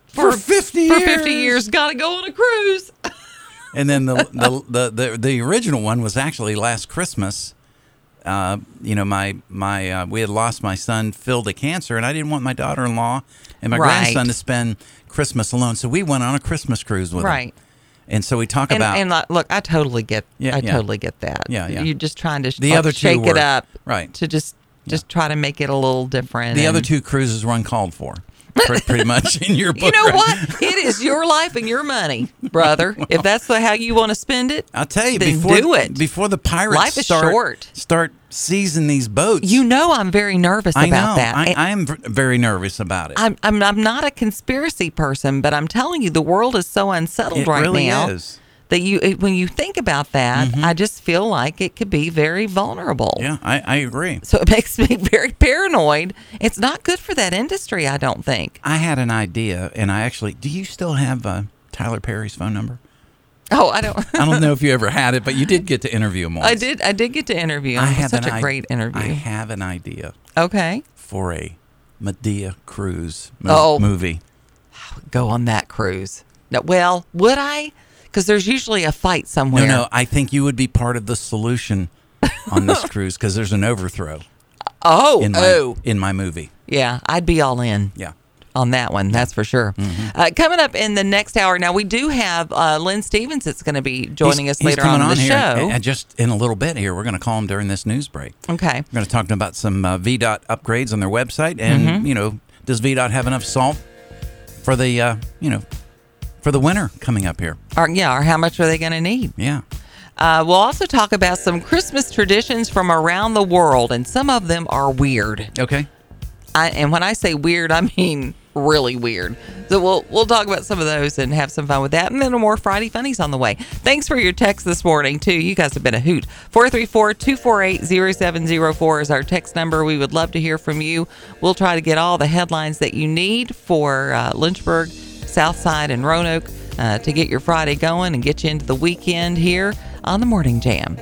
[SPEAKER 3] for, 50
[SPEAKER 4] for 50 years. Got to go on a cruise.
[SPEAKER 3] And then the the, the the the original one was actually last Christmas. Uh, you know, my my uh, we had lost my son Phil to cancer, and I didn't want my daughter-in-law and my
[SPEAKER 4] Right.
[SPEAKER 3] grandson to spend Christmas alone. So we went on a Christmas cruise with 'em.
[SPEAKER 4] Right.
[SPEAKER 3] And so we talk
[SPEAKER 4] And,
[SPEAKER 3] about
[SPEAKER 4] and like, look, I totally get
[SPEAKER 3] Yeah,
[SPEAKER 4] I
[SPEAKER 3] yeah.
[SPEAKER 4] totally get that.
[SPEAKER 3] Yeah, yeah.
[SPEAKER 4] You're just trying to sh-
[SPEAKER 3] The
[SPEAKER 4] like,
[SPEAKER 3] other two
[SPEAKER 4] shake it
[SPEAKER 3] were-
[SPEAKER 4] up.
[SPEAKER 3] right.
[SPEAKER 4] To just just try to make it a little different.
[SPEAKER 3] The other
[SPEAKER 4] and-
[SPEAKER 3] two cruises were uncalled for, pre- pretty much in your
[SPEAKER 4] You
[SPEAKER 3] book.
[SPEAKER 4] know
[SPEAKER 3] right?
[SPEAKER 4] what? It is your life and your money, brother. if that's the, how you want to spend it,
[SPEAKER 3] I'll tell you
[SPEAKER 4] then
[SPEAKER 3] before
[SPEAKER 4] do it.
[SPEAKER 3] before the pirates
[SPEAKER 4] Life is
[SPEAKER 3] start,
[SPEAKER 4] short.
[SPEAKER 3] start seizing these boats.
[SPEAKER 4] You know I'm very nervous
[SPEAKER 3] I
[SPEAKER 4] about
[SPEAKER 3] know.
[SPEAKER 4] that.
[SPEAKER 3] I,
[SPEAKER 4] And
[SPEAKER 3] I am v- very nervous about it.
[SPEAKER 4] I'm, I'm I'm not a conspiracy person, but I'm telling you, the world is so unsettled
[SPEAKER 3] It
[SPEAKER 4] right
[SPEAKER 3] really
[SPEAKER 4] now
[SPEAKER 3] is. Mm-hmm.
[SPEAKER 4] that you it, when you think about that, I just feel like it could be very vulnerable.
[SPEAKER 3] yeah, I, I agree.
[SPEAKER 4] So it makes me very paranoid. It's not good for that industry, I don't think.
[SPEAKER 3] I had an idea, and I actually. Do you still have uh, Tyler Perry's phone number?
[SPEAKER 4] Oh, I don't.
[SPEAKER 3] I don't know if you ever had it, but you did get to interview him. Once.
[SPEAKER 4] I did. I did get to interview. Him.
[SPEAKER 3] I
[SPEAKER 4] It was
[SPEAKER 3] have
[SPEAKER 4] such
[SPEAKER 3] an
[SPEAKER 4] a
[SPEAKER 3] i-
[SPEAKER 4] great interview.
[SPEAKER 3] I have an idea
[SPEAKER 4] okay,
[SPEAKER 3] for a Medea Cruz mo-
[SPEAKER 4] Oh.
[SPEAKER 3] movie.
[SPEAKER 4] go on that cruise. No, well, would I? Because there's usually a fight somewhere.
[SPEAKER 3] No, no, I think you would be part of the solution on this cruise because there's an overthrow.
[SPEAKER 4] Oh,
[SPEAKER 3] in my,
[SPEAKER 4] oh.
[SPEAKER 3] in my movie.
[SPEAKER 4] Yeah, I'd be all in.
[SPEAKER 3] Yeah.
[SPEAKER 4] On that one, that's for sure.
[SPEAKER 3] Mm-hmm.
[SPEAKER 4] Uh, coming up in the next hour, now we do have uh, Lynn Stevens that's going to be joining
[SPEAKER 3] He's-
[SPEAKER 4] us later
[SPEAKER 3] he's coming
[SPEAKER 4] on, in the
[SPEAKER 3] here,
[SPEAKER 4] show.
[SPEAKER 3] And, and just in a little bit here, we're going to call him during this news break.
[SPEAKER 4] okay.
[SPEAKER 3] We're going to talk to him about some uh, VDOT upgrades on their website, and
[SPEAKER 4] Mm-hmm.
[SPEAKER 3] you know, does VDOT have enough salt for the uh, you know for the winter coming up here?
[SPEAKER 4] Or, yeah, or how much are they going to need?
[SPEAKER 3] Yeah.
[SPEAKER 4] Uh, we'll also talk about some Christmas traditions from around the world, and some of them are weird.
[SPEAKER 3] Okay.
[SPEAKER 4] I, and when I say weird, I mean really weird. So we'll we'll talk about some of those and have some fun with that. And then more Friday funnies on the way. Thanks for your text this morning too. You guys have been a hoot. 434-248-0704 is our text number. We would love to hear from you. We'll try to get all the headlines that you need for uh, Lynchburg, Southside, and Roanoke uh, to get your Friday going and get you into the weekend here on the Morning Jam.